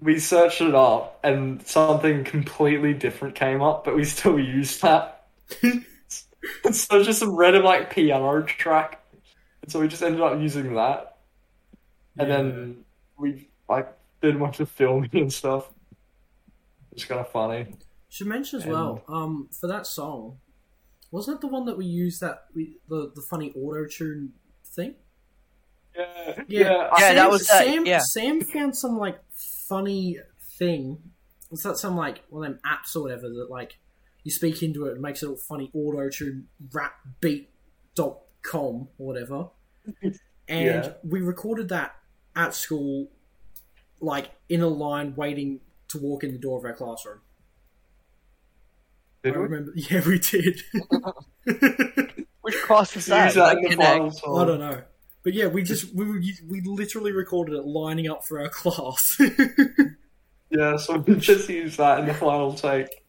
we searched it up and something completely different came up, but we still used that. so it's just some random like piano track. And so we just ended up using that. And then we like did a bunch of filming and stuff. It's kind of funny. should mention as and- well. Um, for that song, wasn't it the one that we used that we the the funny auto tune thing? Yeah, Yeah. I- Yeah, Sam, that was that, Sam. yeah. Sam found some like funny thing. Was that some like one of them apps or whatever that like you speak into it and makes a little funny auto tune rap beat dot com or whatever. And Yeah. we recorded that at school, like in a line waiting to walk in the door of our classroom. did I we? remember. Yeah, we did. I Which class was We used that? that in Like, the Kinect? final song. don't know. But yeah, we just we were, we literally recorded it lining up for our class. Yeah, so we just used that in the final take.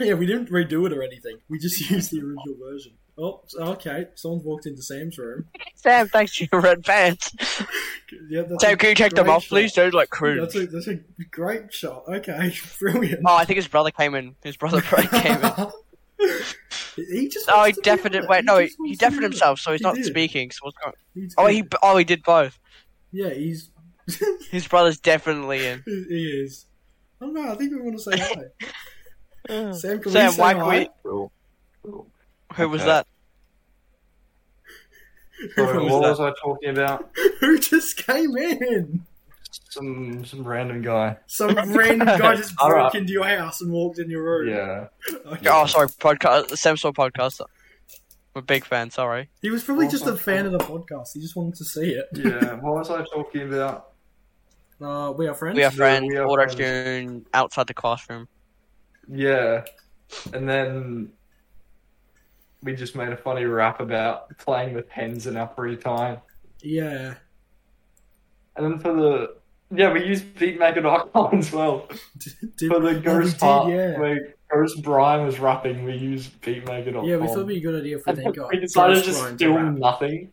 yeah, we didn't redo it or anything. We just used the original version. Oh, okay. Someone's walked into Sam's room. Sam, thanks for your red pants. Yeah, that's Sam, can you take them great off, shot. please? They're like crude. That's a, that's a great shot. Okay, brilliant. Oh, I think his brother came in. His brother probably came in. he just. Oh, he wants to do deafened. it. Wait, no, he, just he wants to deafened do it. himself, so he's He not did. speaking. So what's going? He's Oh, good. he oh he did both. Yeah, he's. His brother's definitely in. He is. I don't know. I think we want to say hi. Who Sam, can Sam, we say why hi? can't Cool. Cool. was Okay. that? So Who was what that? was I talking about? Who just came in? Some some random guy. Some random guy just All broke right. into your house and walked in your room. Yeah. Okay. Oh, sorry, podcast. Sam saw podcast. I'm a big fan. Sorry. He was probably just a fan of the podcast. He just wanted to see it. Yeah. What was I talking about? Uh, we are friends. We are No, friends. we are Auto friends. tune outside the classroom. Yeah. And then we just made a funny rap about playing with hens in our free time. Yeah. And then for the yeah, we used beatmaker.com as well Did- for the oh, we ghost did, part yeah. where Ghost Brian was rapping. We used beatmaker.com. Yeah, we thought it'd be a good idea if we And then then got we decided to Ghost Ryan just to rap. film nothing.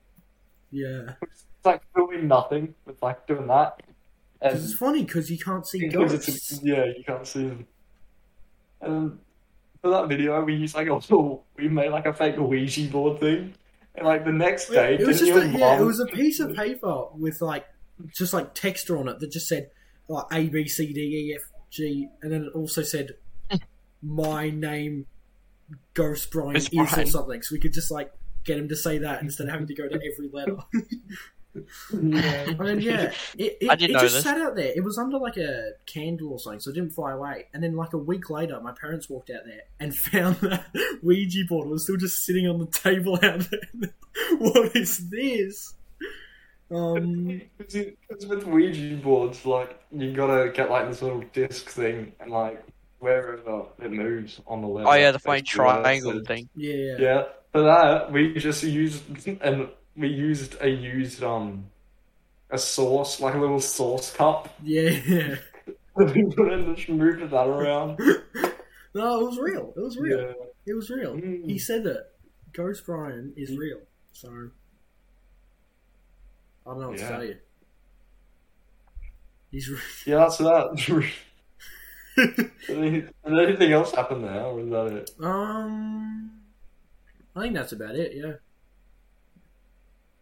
Yeah, It's like filming nothing with like doing that, because it's and funny because you can't see because it's ghosts. yeah, you can't see them. And then for that video, we used like a little, we made like a fake Ouija board thing, and like the next day, It was didn't just your a, yeah, it mum- was a piece of paper with like just like texture on it that just said like A B C D E F G, and then it also said my name, Ghost Brian It's is or Brian. something. So we could just like get him to say that instead of having to go to every letter. Yeah. I mean, yeah, it, it, I didn't it know just this. sat out there. It was under like a candle or something, so it didn't fly away. And then, like a week later, my parents walked out there and found that Ouija board was still just sitting on the table out there. what is this? Um, Because with Ouija boards, like you gotta get like this little disc thing, and like wherever it moves on the level. Oh yeah, the funny basically where it triangle says- thing. yeah, Yeah, for that we just used and we used a used um a sauce like a little sauce cup. yeah. we put it and just moved that around. no, it was real. It was real. Yeah, It was real. Mm. He said it. Ghost Brian is real. So I don't know what Yeah. to tell you. He's re- yeah, that's that. Did anything else happen there, or is that it? Um, I think that's about it. Yeah,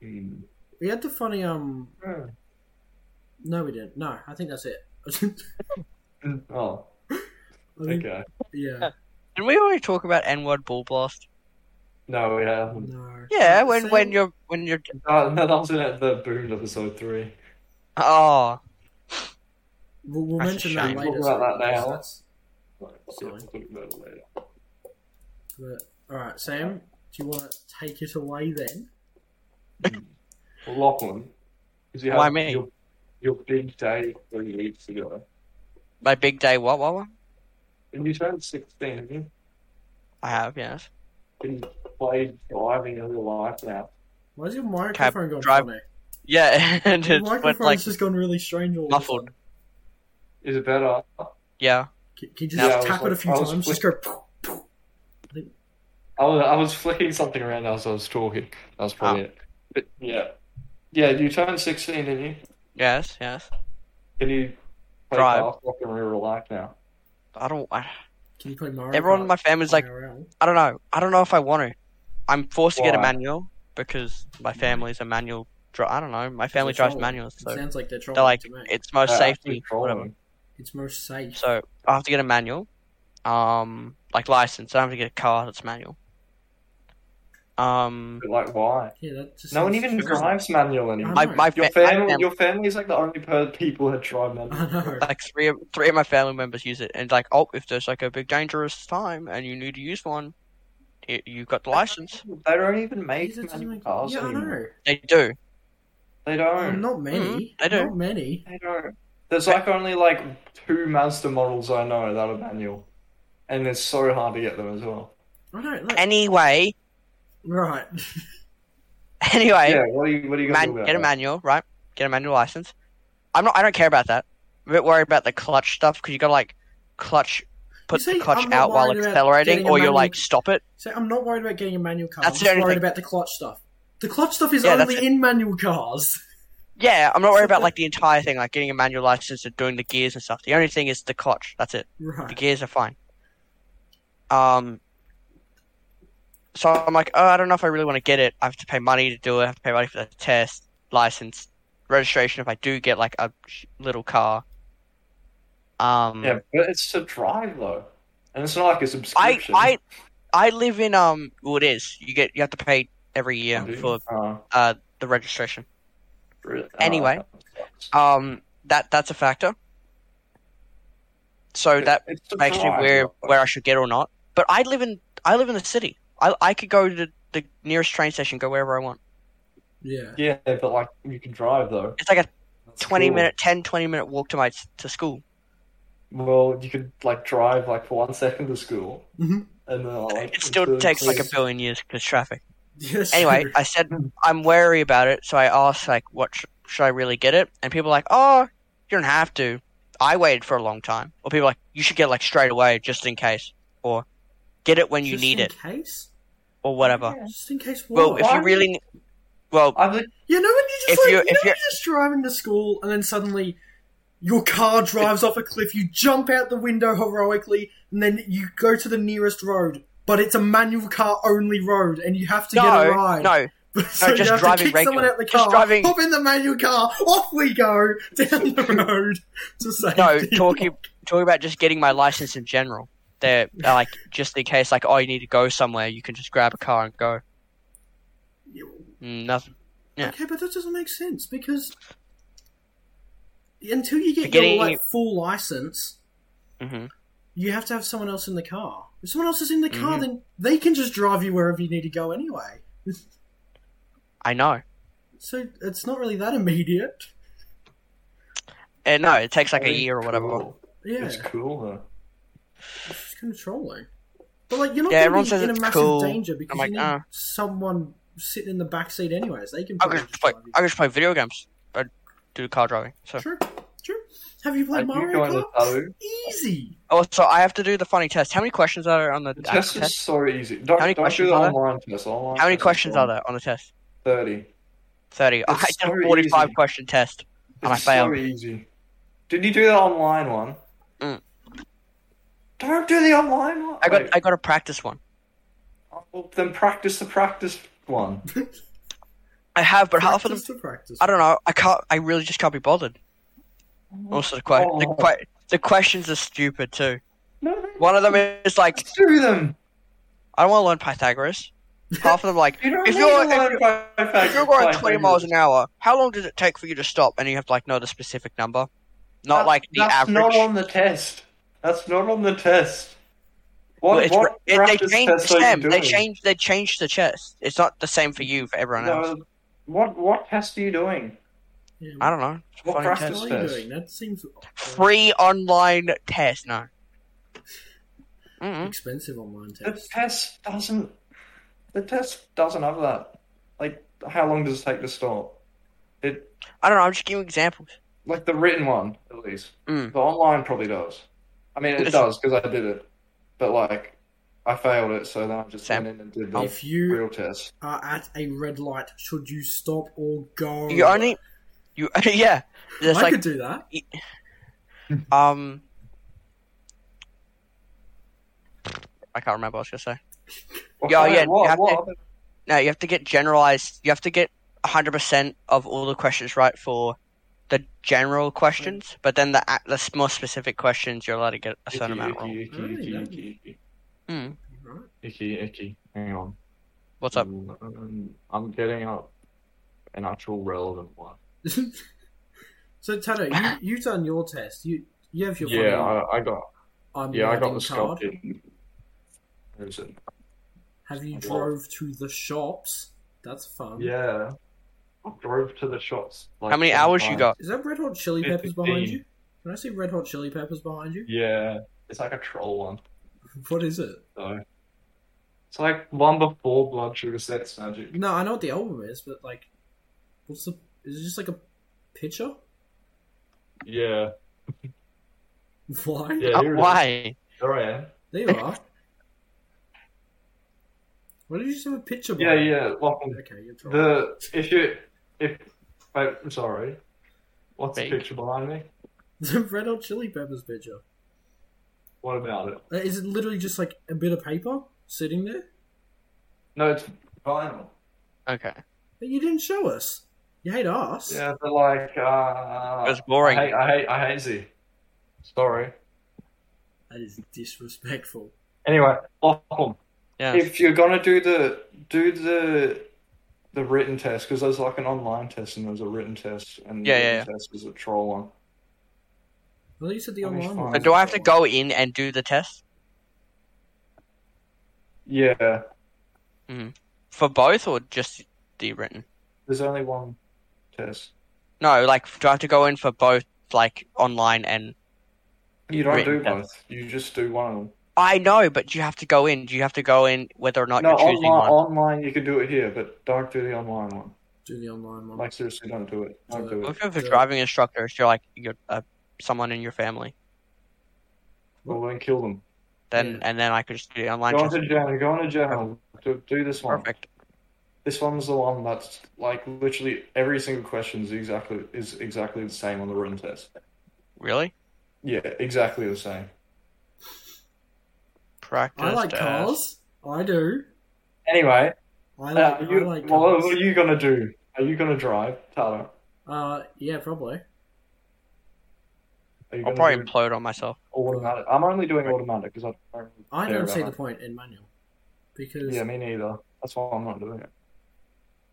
Hmm. we had the funny. Um, Yeah. no, we didn't. No, I think that's it. I think, Oh, Hmm. okay. Yeah. Didn't we already talk about N word ball blast? No, we haven't. No. Yeah, when when Same. you're when you're Uh, no, that was in the Boomed episode three. oh We'll, we'll That's a mention that shame. later. Talk about so- that now. that's- Yeah, we'll talk about it later. But, all right, Sam, do you want to take it away then? Well, Lachlan, because you had Why me? Your, your big day three weeks ago. my big day. What what what? And you turned 16, didn't you? I have yes. Can you play driving in real life now? Why's your microphone going drive- funny? Yeah, and Your it microphone's went like just gone really strange. All of a muffled. sudden. Is it better? Yeah, Can, can you Yeah, I just was tap it a like- few I was times? Just go. Poof, poof. I was, I was flicking something around as I was talking. That was probably it. But, yeah. Yeah, you turned 16, didn't you? yes, yes. Can you play Drive. fast rock in real life now? I don't. I, Can you play Mario? everyone in my Kart family's like, IRL? I don't know. I don't know if I want to. I'm forced to get a Why? manual because my family's a manual. Dri- I don't know. My family They're drives trolling. manuals, It so sounds like they're trolling they're like, to me. it's most Uh, safety, actually whatever. trolling. it's most safe. So I have to get a manual, um, like license. I don't have to get a car that's manual. Um, But, like, why? yeah, that just No one sounds- even because- drives manual anymore. I my know. my, Your fa- my family, fam- your family is like the only per- people that drive manual. I know. like three of three of my family members use it, and like, oh, if there's like a big dangerous time and you need to use one, you you got the license. They don't even make Yeah, that doesn't manual make- cars yeah, I anymore. know. They do. They don't. Um, not many. Mhm, I do. Not many. They don't. There's like only like two Mazda models I know that are manual, and it's so hard to get them as well. I don't. Like, Anyway, right. anyway, yeah, what are you what are you gonna man- do about get a that? manual, right? Get a manual license. I'm not. I don't care about that. I'm a bit worried about the clutch stuff because you gotta like clutch, put see, the clutch I'm not out while worried about accelerating, getting a or you manual- like stop it. So I'm not worried about getting a manual car. That's I'm the just only worried thing. about the clutch stuff. The clutch stuff is Yeah, that's only in manual cars. Yeah, I'm not worried about Okay. like the entire thing, like getting a manual license and doing the gears and stuff. The only thing is the clutch. That's it. The Right. gears are fine. Um. So I'm like, oh, I don't know if I really want to get it. I have to pay money to do it. I have to pay money for the test, license, registration. If I do get like a sh- little car. Um. Yeah, but it's to drive though, and it's not like a I subscription. I I live in um. Well, it is. You get you have to pay every year Do you? for Oh, uh the registration. really? Anyway. Oh, that sucks. Um. That that's a factor. So Oh, that It's to makes me drive, where though. where I should get or not. But I live in I live in the city. I I could go to the, the nearest train station, go wherever I want. Yeah. Yeah, but like you can drive though. It's like a That's 20 cool. minute, 10, 20 minute walk to my to school. Well, you could like drive like for one second to school, Mhm. and then like It still to- takes like a to- billion years because traffic. Yes. Anyway, I said I'm wary about it, so I asked like, what sh- should I really get it? And people are like, oh, you don't have to. I waited for a long time. Or people are like, you should get it, like straight away just in case, or get it when you Just need in it, case. or whatever. Just in case. What? Well, if you really, ne- well, I think you know when you just If like, you- you if know, you're- you're just driving to school and then suddenly your car drives off a cliff. You jump out the window heroically and then you go to the nearest road, but it's a manual car only road, and you have to get a no, ride. no, so just you have driving to kick someone regular. out the Just car, driving- hop in the manual car, off we go down the road to safety. no, talking talking about just getting my license in general. They're they're like just in case, like oh, you need to go somewhere, you can just grab a car and go. Mm, Nothing. yeah. Okay, but that doesn't make sense because until you get Beginning- your like full license, Mm-hmm. hmm you have to have someone else in the car. If someone else is in the car, Mhm. then they can just drive you wherever you need to go anyway. I know. So it's not really that immediate. And no, it takes like a it's year or whatever. cool. Yeah, It's it's cool though. just controlling. But like, you're not Yeah, going everyone to says be in a it's massive cool. danger because like, you need "Ah." someone sitting in the back seat anyways. They can I probably could just just play. drive you. I could just play video games. I do car driving. So True, true. Have you Are played you Mario going to Kart? Taru? Easy. also, oh, I have to do the funny test. How many questions are there on the The actual test test? is so easy. Don't, How many don't do questions the are there? online test. Online How many test is questions are fun. there on the test? Thirty. Thirty. I It's did a so forty-five easy. question test, and I It's so failed. easy. Did you do the online one? Mm. Don't do the online one. I got Wait, I got to practice one. well, then practice the practice one. I have, but half of them Practice to practice. I don't know. I can't. I really just can't be bothered. Mm-hmm. Also, the, que- the, Oh. que- the questions are stupid too. No, One of them is like, let's do them. I don't want to learn Pythagoras. Half of them like, You don't if need you're to if learn you're, Pythag- if you're going 20 Pythagoras. miles an hour, how long does it take for you to stop? And you have to like know the specific number, not That- like the that's average. not on the test. That's not on the test. What, Well, it's- what it- they practice changed test are you them. They doing? changed. They changed the test. It's not the same for you for everyone else. No, what what test are you doing? Yeah, I don't know. What Funny practice test. What are you test. doing? That seems uh, Free online test. No. Mm-mm. expensive online The test. test doesn't. The test doesn't have that. Like, how long does it take to stop? It I don't know. I'm just giving examples. like the written one at least. Mm. The online probably does. I mean, it It's- does because I did it, but like, I failed it, so then I just Sam. went in and did Oh. the If you real test. are at a red light, should you stop or go? You only, you yeah. I There's like could do that. um. I can't remember what I was gonna say. Well, Yeah, oh, no, yeah, What, you have what? No, you have to get generalized. You have to get 100% of all the questions right for the general questions, but then the a- the s- more specific questions you're allowed to get a certain amount wrong. Icky, icky, wrong. icky, Oh, yeah. icky, icky. Right. Icky, icky. Hang on. What's up? Um, I'm getting up an actual relevant one. so Tato, you you done your test. You you have your Yeah, fucking I, I got. I'm Yeah, I got the riding card. sculpted. Where is it? Have you What? drove to the shops? That's fun. Yeah. I drove to the shops. Like, How many ten hours you times. got? Is that Red Hot Chili Fifteen. Peppers behind you? Can I see Red Hot Chili Peppers behind you? Yeah, it's like a troll one. What is it? So it's like one before Blood Sugar Sex Magic. No, I know what the album is, but like, what's the? Is it just like a picture? Yeah. Why? Yeah. Oh, Here it is. why? There I am. There you are. Why did you just have a picture? Yeah, behind you? yeah. Welcome Okay, you're drunk. The if you if wait, I'm sorry. What's Big. the picture behind me? The Red Hot Chili Peppers picture. What about it? Uh, Is it literally just like a bit of paper sitting there? No, it's vinyl. Okay. But you didn't show us. You hate us. Yeah, but like uh It's boring. I hate I hate I hate Z. Sorry. That is disrespectful. Anyway, welcome. yeah. If you're gonna do the do the the written test because there's like an online test and there's a written test and Yeah, the yeah, written test is a troll one. Well, you said the I mean, online fine. one. But do I have to go in and do the test Yeah, for both or just the written? there's only one test. No, like do I have to go in for both, like online and? You don't Written do both. You just do one of them. I know, but do you have to go in? Do you have to go in whether or not No, you're choosing online, one? online you could do it here, but don't do the online one. Do the online one. Like seriously, don't do it. Don't do What it. if you have a Yeah. driving instructor? If you're like you're uh, someone in your family, Well, then kill them. then Yeah. and then I could just do the online Go test. into jail. Go into jail. Do, do this one. Perfect. This one's the one that's like literally every single question is exactly is exactly the same on the written test. Really? Yeah, exactly the same. Practice. I like test. cars. I do. Anyway, I uh, like, you, I like well, cars. what are you gonna do? Are you gonna drive, Tara? Uh, yeah, probably. Are you gonna I'll probably do implode on myself. automatic? I'm only doing automatic because I don't. I care don't see the about point in manual because it. Yeah, me neither. That's why I'm not doing it.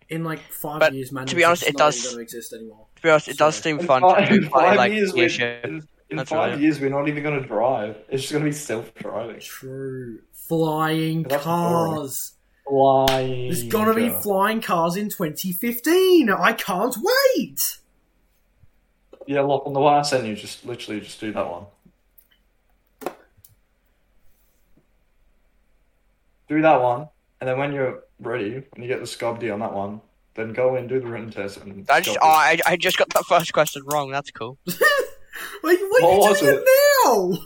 in like five But years, manual to be honest, is it not does- even going to exist anymore. To be honest, it does Sorry. seem In fun five, to in do by five like years, year we're, shift. in, in That's five right. years, we're not even going to drive. It's just going to be self-driving. True. Flying That's cars. Flying. There's gonna be flying cars in 2015. I can't wait. yeah, lock on the wire. Send you just literally just do that one. Do that one, and then when you're ready, when you get the scobdy on that one, then go in do the written test. And I just, scob oh, it. I, I just got that first question wrong. That's cool. Like, what What are you was doing it now?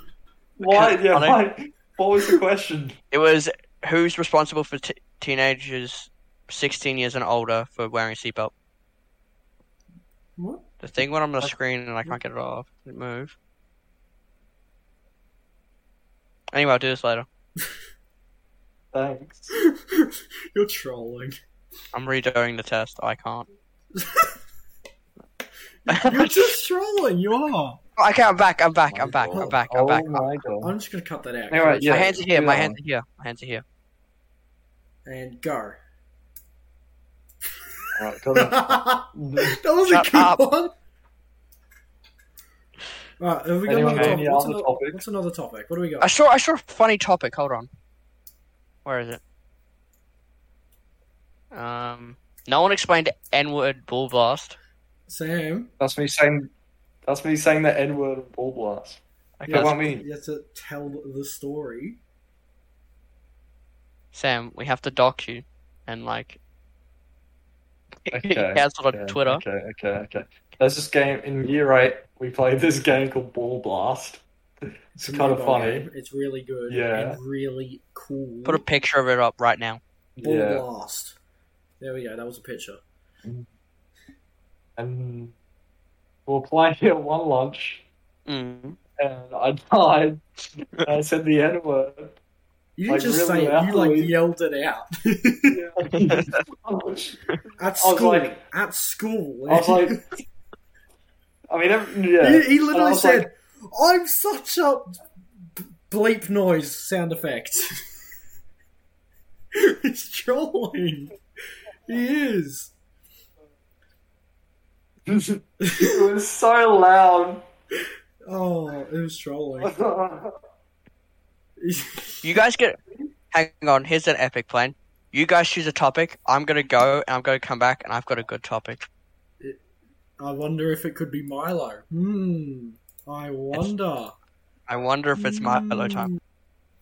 why? Yeah, I know. why? What was the question? It was who's responsible for t- teenagers 16 years and older for wearing a seatbelt? What? The thing went on the screen and I can't get it off. It move. Anyway, I'll do this later. Thanks. You're trolling. I'm redoing the test. I can't. You're just trolling. You are. Oh, Okay, I'm back. I'm back. My I'm back. I'm God. back. I'm Oh back. my god. I'm just gonna cut that out. Anyway, yeah. My hands are here. My Yeah. hands are here. My hands are here. And go. Alright, come on. that was Shut a good up. one. Alright, have we got Anyone another got topic? any What's other another, topics? what's another topic? What do we I got? saw. I saw a funny topic. Hold on. Where is it? Um. No one explained N-word bull blast. Sam, That's me saying. That's me saying the N word of ball blast. Okay, Yeah, that's- what me? you have to tell the story. Sam, we have to dock you, and like. Okay, cancel on Okay, Twitter. Okay, okay, okay. There's this game in year eight. We played this game called Ball Blast. It's kind of mobile funny. game. It's really good. Yeah. And really cool. Put a picture of it up right now. Ball Yeah, blast. There we go. That was a picture. and we were playing it at one lunch, Mm. and I died. and I said the N word. You Like, didn't just really say it. You like loudly. yelled it out I at I was school. like- at school. was like, I mean, ev- yeah. he, he And I literally was said, like, "I'm such a b- bleep noise sound effect." He's trolling. He is. it was so loud. Oh, it was trolling. You guys get. Hang on. Here's an epic plan. You guys choose a topic. I'm gonna go, and I'm gonna come back, and I've got a good topic. I wonder if it could be Milo. Hmm. I wonder. I wonder if it's my Milo time. Hmm.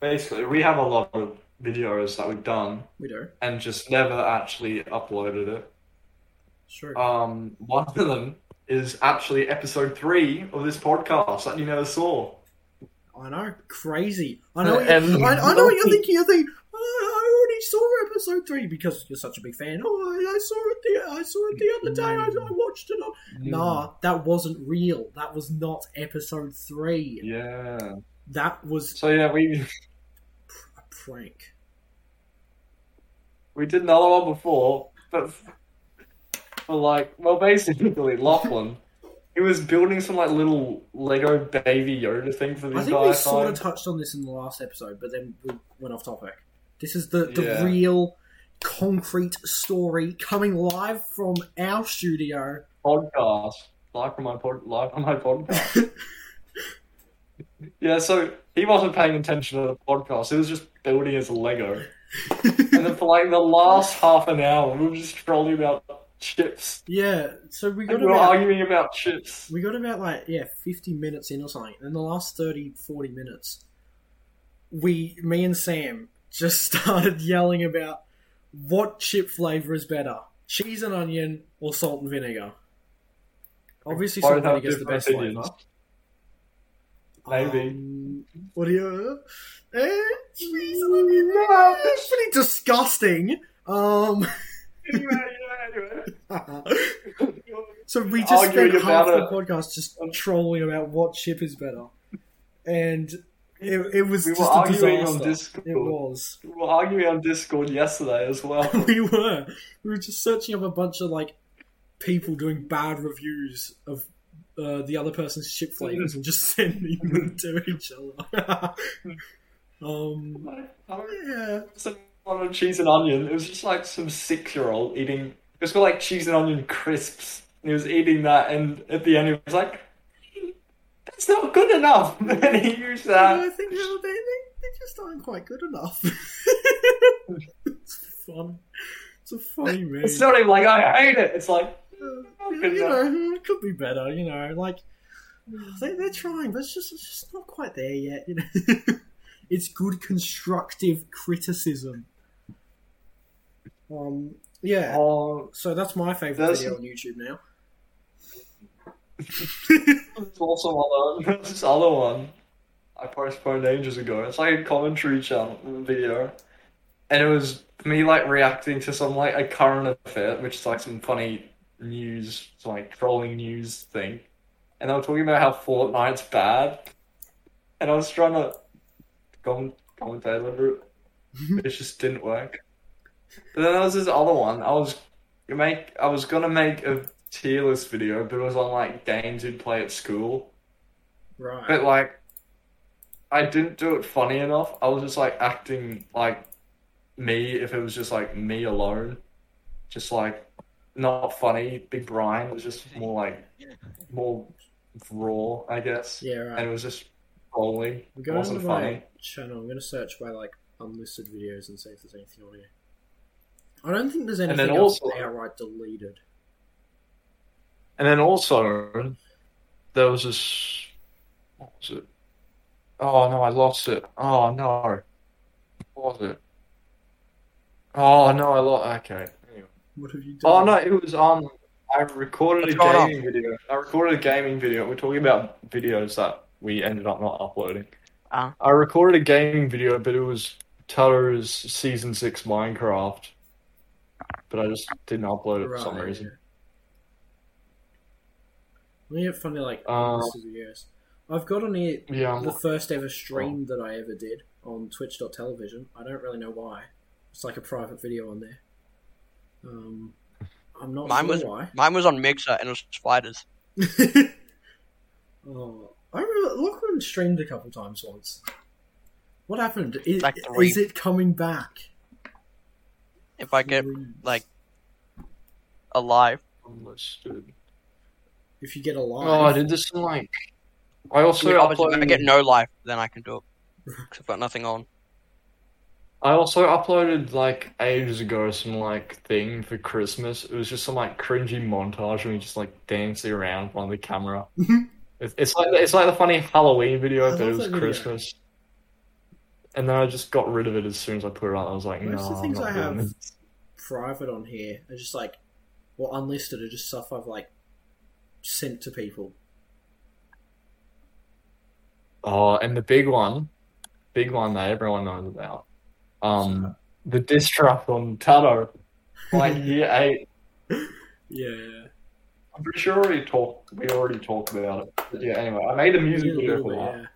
Basically, we have a lot of videos that we've done We do. and just never actually uploaded it. Sure. Um, one of them is actually episode three of this podcast that you never saw. I know. Crazy. I know. What Uh, And- you, I, I know what you're thinking. You're thinking. "Oh, I already saw episode three because you're such a big fan. Oh, I, I saw it the I saw it the other day. I, I watched it on Nah, that wasn't real. That was not episode three. Yeah. That was So yeah, we a prank. we did another one before, but for like, well, basically, Lachlan, he was building some like little Lego baby Yoda thing for the I think entire we sort time. of touched on this in the last episode, but then we went off topic. This is the, the Yeah. real concrete story coming live from our studio. podcast, live from my pod, live on my podcast. yeah, so he wasn't paying attention to the podcast. He was just building his Lego, and then for like the last half an hour, we were just trolling about chips. Yeah, so we got And we were about arguing about chips. we got about like yeah 50 minutes in or something and in the last 30 40 minutes we me and sam just started yelling about what chip flavor is better cheese and onion or salt and vinegar obviously salt and Both have vinegar is the different best opinions. flavor Maybe. Um, what do you eh, cheese and Mm, onion eh, it's pretty disgusting um anyway, anyway, anyway. So we just Arguing spent half about the it. podcast just trolling about what chip is better, and it, it was We were just a arguing on disaster. It Discord. was. We were arguing on Discord yesterday as well. We were. We were just searching up a bunch of like people doing bad reviews of uh, the other person's chip flavors and just sending them to each other. um. Yeah. some on cheese and onion. It was just like some six year old eating. It was called like cheese and onion crisps. And he was eating that, and at the end, he was like, "That's not good enough." And he used I that. think they, they, they just aren't quite good enough. it's fun. It's a funny meme. It's not even like I hate it. It's like Oh, you know, it could be better. You know, like they, they're trying, but it's just it's just not quite there yet. You know, it's good constructive criticism. Um, yeah. oh, So that's my favorite There's- video on YouTube now. it's also one. There's this other one I postponed ages ago. It's like a commentary channel video, and it was me like reacting to some like a current affair, which is like some funny news, some, like trolling news thing. And they were talking about how Fortnite's bad, and I was trying to com- commentate over it. It just didn't work. But then there was this other one. I was you make I was gonna make a tier list video, but it was on like games you'd play at school. Right. But like I didn't do it funny enough. I was just like acting like me if it was just like me alone. Just like not funny, big Brian. It was just more like more raw, I guess. yeah, right. And it was just rolling. I'm It going wasn't to funny. my channel. I'm going to search by like unlisted videos and see if there's anything on here. I don't think there's And anything then else also- outright deleted. And then also, there was this. What was it? Oh no, I lost it. Oh no. What was it? Oh no, I lost. Okay. Anyway. What have you done? Oh no, it was um. I recorded What's a going on? gaming video. I recorded a gaming video. We're talking about videos that we ended up not uploading. Ah. I recorded a gaming video, but it was Tara's season six Minecraft. But I just didn't upload it Right, for some reason. Let me get funny like Uh, unlisted videos. I've got on here Yeah, I'm the first ever stream that I ever did on Twitch.television. I don't really know why. It's like a private video on there. Um, I'm not Mine sure was- why. Mine was on Mixer and it was spiders. oh, I remember Lachlan streamed a couple times once. What happened? Is, Like three. is it coming back? If I get Three. like- alive, unlisted. if you get a live, Oh, I did this in like. I also if I get uploaded. no life, then I can do it. 'Cause I've got nothing on. I also uploaded like ages ago some like thing for Christmas. It was just some like cringy montage of me just like dancing around on the camera. Mhm. It's it's like it's like the funny Halloween video, I but love it was that video. Christmas. And then I just got rid of it as soon as I put it out. I was like, Most no, of the I'm things not I doing have this. private on here are just like, well, unlisted are just stuff I've like sent to people. Oh, and the big one, big one that everyone knows about. Um, the diss track on Tato, like year eight. Yeah, I'm pretty sure we already talked. We already talked about it. But yeah. Anyway, I made a music Yeah, video little for bit, that. yeah.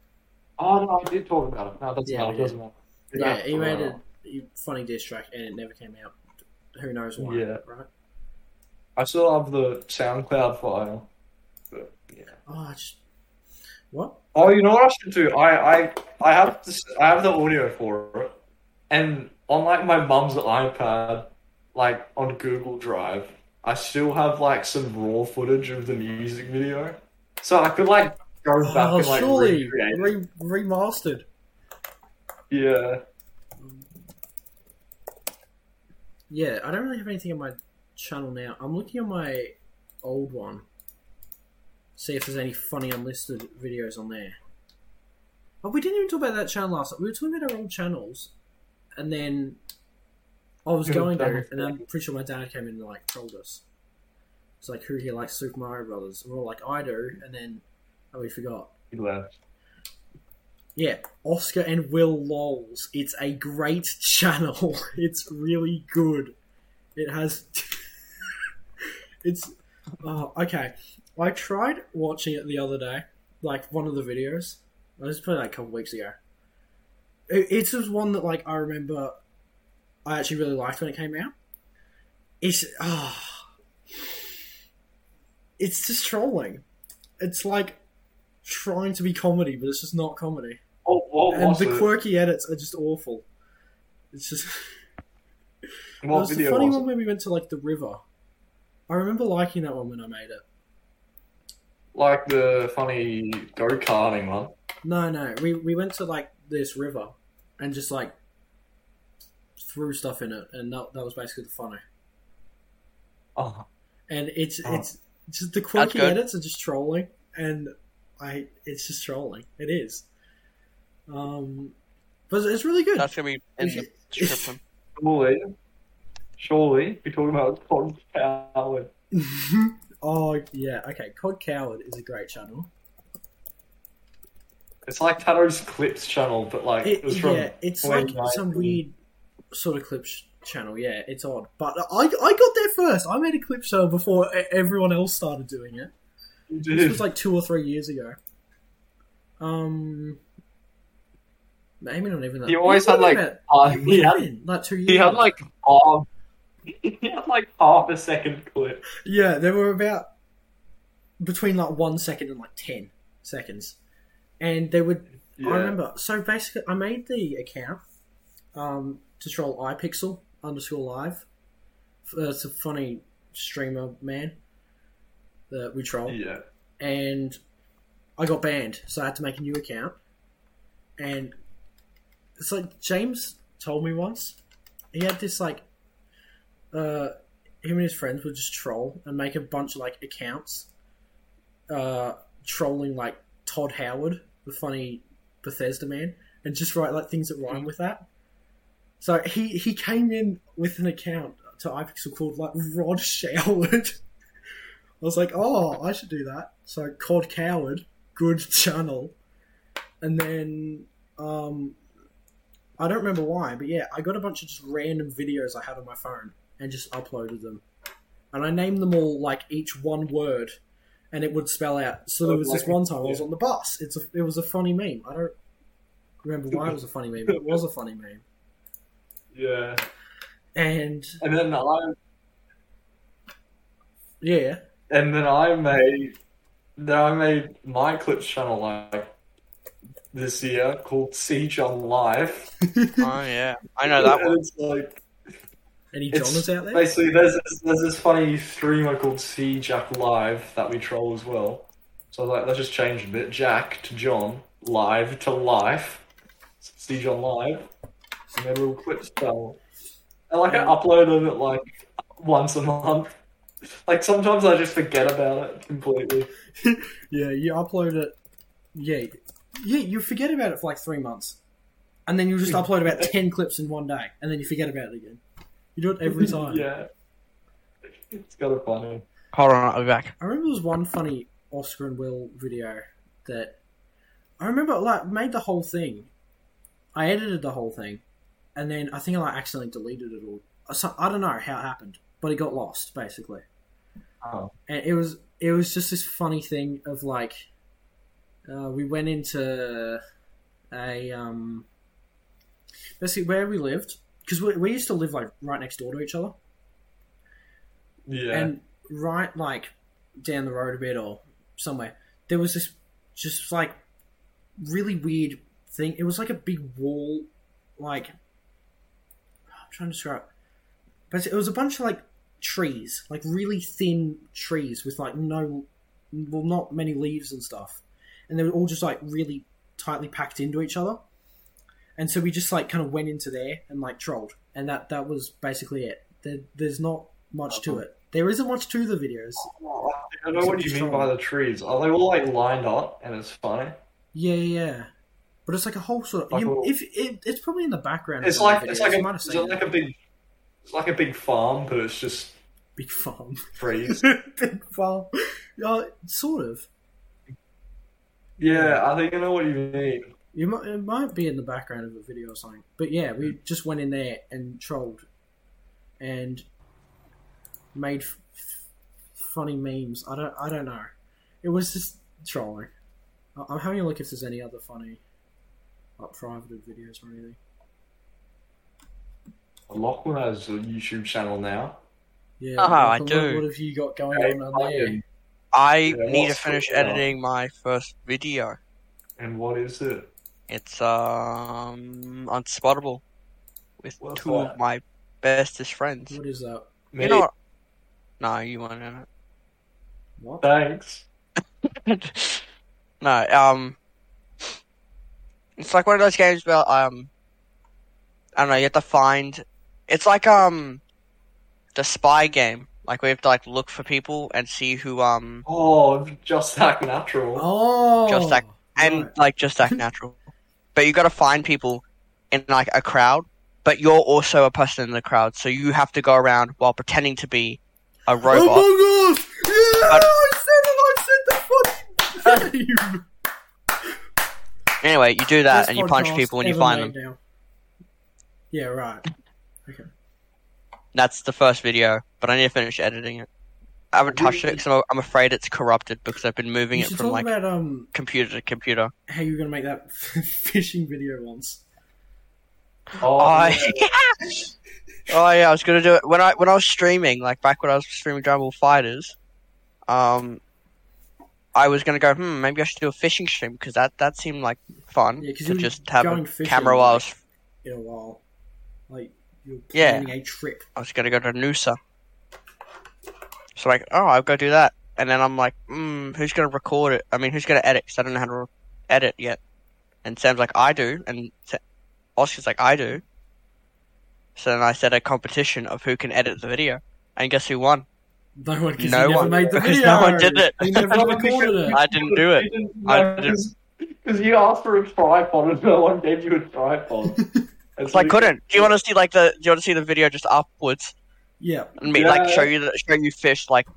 Oh no, I did talk about it. No, that's Yeah, not. we It did. doesn't matter. Yeah, Yeah, he made a well. funny diss track and it never came out. Who knows why? Yeah. Right. I still have the SoundCloud file. But yeah. Oh, I just what? Oh, you know what I should do? I I I have this. I have the audio for it, and on like my mum's iPad, like on Google Drive, I still have like some raw footage of the music video, so I could like go back Oh, and like surely recreate. it. re- remastered. Yeah. Yeah, I don't really have anything on my channel now. I'm looking at my old one. See if there's any funny unlisted videos on there. Oh, we didn't even talk about that channel last time. We were talking about our old channels, and then I was Yeah, going that there, was- and I'm pretty sure my dad came in and like told us. It's like who here likes Super Mario Brothers, and we're all like I do, and then oh, we forgot. He left. Yeah, Oscar and Will Lols. It's a great channel. It's really good. It has. it's. Oh, okay. I tried watching it the other day, like one of the videos. It was probably like a couple weeks ago. It, it's just one that like I remember. I actually really liked when it came out. It's ah. it's just trolling. It's like trying to be comedy, but it's just not comedy Oh, what and was the it? quirky edits are just awful. It's just it What was the video funny was one it? where we went to like the river. I remember liking that one when I made it. Like the funny go karting one. No, no, we we went to like this river and just like threw stuff in it, and that, that was basically the funny. Oh, And it's Oh. it's just the quirky good. edits are just trolling, and I it's just trolling. It is. Um, but it's really good. That's gonna be in the description. surely, surely, we're talking about Todd Howard. oh yeah, okay. Cod Coward is a great channel. It's like Tato's Clips channel, but like it, It- was from yeah, it's like 2019. some weird sort of clip sh- channel. Yeah, it's odd, but I I got there first. I made a clip show before e- everyone else started doing it. This was like two or three years ago. Um, Maybe not even that. He always Yeah, had, like, about- uh, it he would've had- been, like two years. He had like half. He had like half a second clip. Yeah, there were about between like one second and like ten seconds, and they would. Yeah. I remember. So basically, I made the account um, to troll iPixel underscore live. F- uh, It's a funny streamer man that we troll, Yeah. and I got banned, so I had to make a new account. And it's like James told me once, he had this like, uh, him and his friends would just troll and make a bunch of like accounts, uh, trolling like Todd Howard, the funny Bethesda man, and just write like things that rhyme with that. So he he came in with an account to iPixel called like Rod Showered. I was like, oh, I should do that. So Cod Coward, good channel. And then um, I don't remember why, but yeah, I got a bunch of just random videos I had on my phone and just uploaded them. And I named them all like each one word, and it would spell out. So there was this one time I was on the bus. It's a, it was a funny meme. I don't remember why it was a funny meme, but it was a funny meme. Yeah. And And then I yeah, and then I made then I made my clips channel like this year called Siege on Live. Oh yeah, I know that one. And it's like any It's genres out there? basically there's this, there's this funny streamer called C Jack Live that we troll as well. So I was like, let's just change a bit. Jack to John, live to life. C John Live. And then we'll clip spell. And like I uploaded it like once a month. Like sometimes I just forget about it completely. Yeah, you upload it. Yeah, yeah, you forget about it for like three months, and then you just upload about ten clips in one day, and then you forget about it again. You do it every time. yeah. It's kind of funny. Hold on, I'll be back. I remember there was one funny Oscar and Will video that I remember like made the whole thing. I edited the whole thing, and then I think I like accidentally deleted it all. Uh, So, I don't know how it happened, but it got lost basically. Oh. and it was it was just this funny thing of like uh, we went into a um basically where we lived because we, we used to live like right next door to each other Yeah. and right like down the road a bit or somewhere there was this just like really weird thing it was like a big wall like i'm trying to describe but it was a bunch of like trees like really thin trees with like no well not many leaves and stuff and they were all just like really tightly packed into each other and so we just like kind of went into there and like trolled and that that was basically it there, there's not much to it there isn't much to the videos Oh, I don't know what you mean by the trees. Are they all like lined up and it's funny? yeah yeah yeah. but it's like a whole sort of Like a you, little- if it, it's probably in the background of It's one of like the it's videos. like You might a, have it's seen like it. a big it's like a big farm, but it's just big farm trees. big farm uh, sort of yeah, I think I know what you mean. You might, it might be in the background of a video or something. But yeah, Mm. we just went in there and trolled and made f- f- funny memes. I don't I don't know. It was just trolling. I- I'm having a look if there's any other funny like privated videos or anything. Lachlan has a YouTube channel now. Yeah. Oh, I Malcolm, do. What, what have you got going Hey, on on there? Ryan, I Yeah, need to what's finish going on? editing my first video. And what is it? It's um unspottable with What's two that? of my bestest friends. What is that? Me. You know what? No, you weren't in What? Uh, Thanks. it. no, um, it's like one of those games where um, I don't know. You have to find. It's like um, the spy game. Like we have to like look for people and see who um Oh, just that natural. Oh. Just like- and right. like just act natural. But you got to find people in like a crowd, but you're also a person in the crowd, so you have to go around while pretending to be a robot. Oh my gosh! Yeah, But- I said it. I said the fucking name. anyway, you do Best that and you punch podcast people and you ever find them. made now. Yeah, right. Okay. That's the first video, but I need to finish editing it. I haven't touched it because I'm, I'm afraid it's corrupted because I've been moving You it should from talk like about um computer to computer. how you're gonna make that fishing video once. Oh, I- yeah. Oh yeah, I was gonna do it when I when I was streaming, like back when I was streaming Dragon Ball Fighters. Um, I was gonna go. Hmm, maybe I should do a fishing stream because that that seemed like fun Yeah, 'cause Mm-hmm. to you were just have going a fishing, camera while I was, in a while. Like you're Yeah. planning a trip. I was gonna go to Noosa. So like, oh, I'll go do that, and then I'm like, hmm, who's gonna record it? I mean, who's gonna edit? 'Cause I don't know how to re- edit yet. And Sam's like, I do, and Sa- Oscar's like, I do. So then I set a competition of who can edit the video, and guess who won? No one, because No he never one, made the because video. no one did it. He never recorded it. I didn't do it. I didn't. Because you asked for a tripod and no one gave you a tripod. It's So I couldn't. Do you want to see like the? Do you want to see the video just upwards Yeah, and me like Yeah. show you the, show you fish like?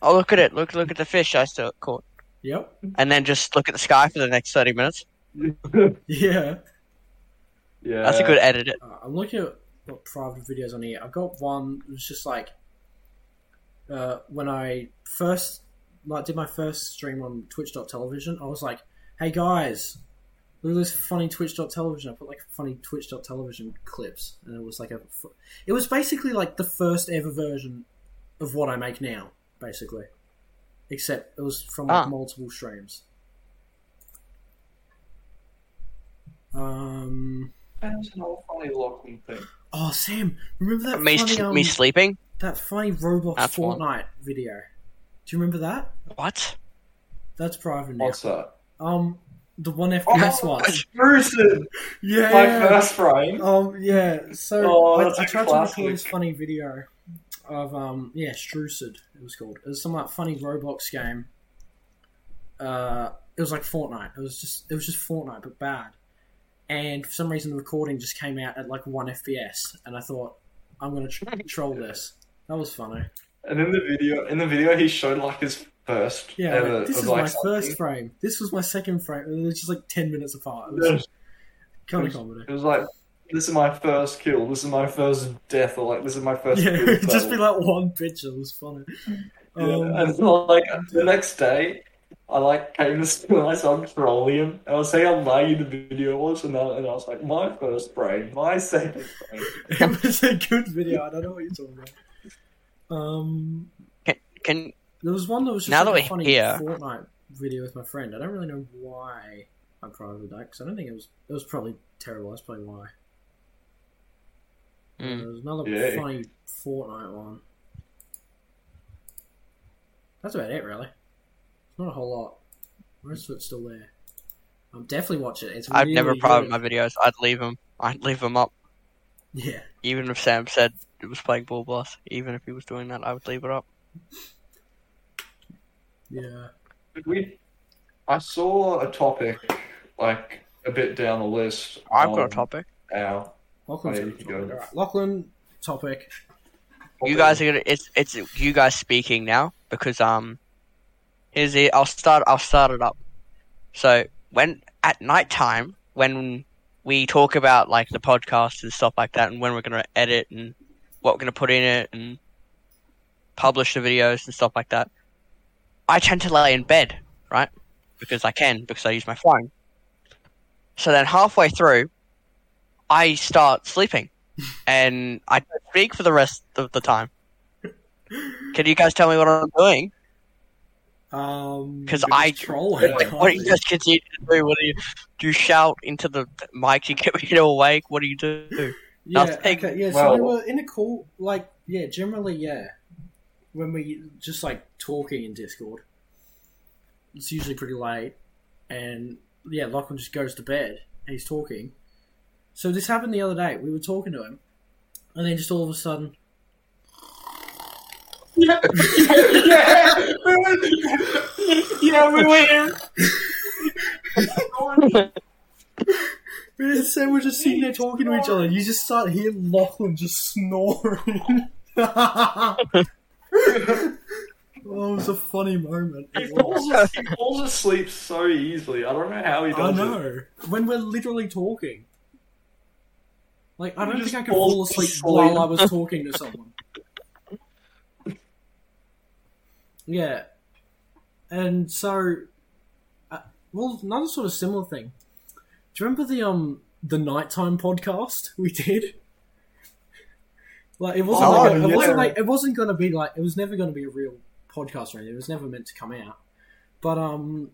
Oh look at it! Look look at the fish I still caught, yep, and then just look at the sky for the next thirty minutes. to? yeah. yeah. That's a good edit. It. Uh, I'm looking at what private videos on here. I got one. It was just like uh, when I first like did my first stream on Twitch.television. I was like, "Hey guys, look at this funny Twitch.television." I put like funny Twitch.television clips, and it was like a. fu- It was basically like the first ever version of what I make now, basically. Except it was from like, Ah. multiple streams. Um. That's an old funny Lachlan thing. Oh, Sam, remember that Me funny, um, me sleeping. that funny Roblox That's Fortnite one. video? Do you remember that? What? That's private now. What's that? Um, the one FPS Oh, one. Bruce's Yeah. my first frame. Um, yeah. So Oh, that's I, I a tried to classic. record this funny video of um, yeah, Strucid. It was called. It was some like funny Roblox game. Uh, it was like Fortnite. It was just it was just Fortnite, but bad. And for some reason, the recording just came out at like one FPS, and I thought I'm gonna tr- troll this. That was funny. And in the video, in the video, he showed like his first. Yeah, ever, like, this of, is like, my first something. frame. This was my second frame. and It was just like ten minutes apart. It was kind of comedy. It was like, this is my first kill. This is my first death. Or like, this is my first. Yeah, kill, it'd just be battle. like one picture. It was funny. Yeah, Um, and so, like the next day, I like came to school and I saw Petroleum. And I was saying how laggy the video was, and I, and I was like, my first brain, my second brain. it was a good video. I don't know what you're talking about. Um, Can there was one that was just Now like that a we're funny here- Fortnite video with my friend. I don't really know why I privately that because I don't think it was. It was probably terrible. That's probably why. Mm. Hmm. There was another Yeah. funny Fortnite one. That's about it, really. Not a whole lot. Most of it's still there. Um, definitely watch it. It's I've really never private good. my videos? I'd leave them. I'd leave them up, Yeah. even if Sam said it was playing Ball Blast. Even if he was doing that, I would leave it up. Yeah. But we, I saw a topic like a bit down the list. I've got Um, on a topic. Our, Lachlan's Oh, got you a go. topic. Alright, Lachlan, topic. You guys are gonna. It's it's you guys speaking now because um, here's the. I'll start. I'll start it up. So when at nighttime when we talk about like the podcast and stuff like that, and when we're gonna edit and what we're gonna put in it and publish the videos and stuff like that, I tend to lay in bed, right? Because I can because I use my phone. So then halfway through, I start sleeping, and I speak for the rest of the time. Can you guys tell me what I'm doing? Um, 'Cause you're I- just trolling. Yeah. Like, what do you guys continue to do? What do you do? You shout into the mic to get me awake? What do you do? Yeah, Nothing. okay, yeah. so Well- we were in a call, like, yeah, generally, yeah. When we just like talking in Discord, it's usually pretty late, and yeah, Lachlan just goes to bed and he's talking. So this happened the other day. We were talking to him, and then just all of a sudden, Yeah, yeah, yeah, we win. me and Sam were just sitting there talking to each other. You just start hearing Lachlan just snoring. oh, it was a funny moment. He falls, as- he falls asleep so easily. I don't know how he I does it. know. When we're literally talking. Like, I You don't just think I could fall fall asleep asleep. while I was talking to someone. Yeah. And so. Uh, well, another sort of similar thing. Do you remember the, um. the nighttime podcast we did. Like it wasn't, like, Oh, a- it yeah. wasn't like it wasn't gonna be like it was never gonna be a real podcast or anything. It was never meant to come out. But um,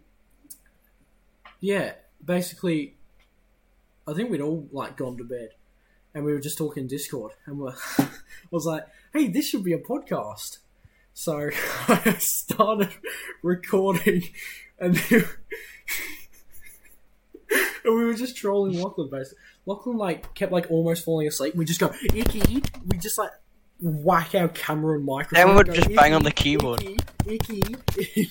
yeah, basically, I think we'd all like gone to bed, and we were just talking Discord, and we're, I was like, "Hey, this should be a podcast." So I started recording, and then- and we were just trolling Lachlan. Basically, Lachlan like kept like almost falling asleep. We just go icky. icky." We just like whack our camera and microphone. Then we would go, just bang on "Icky, the keyboard. Icky. icky."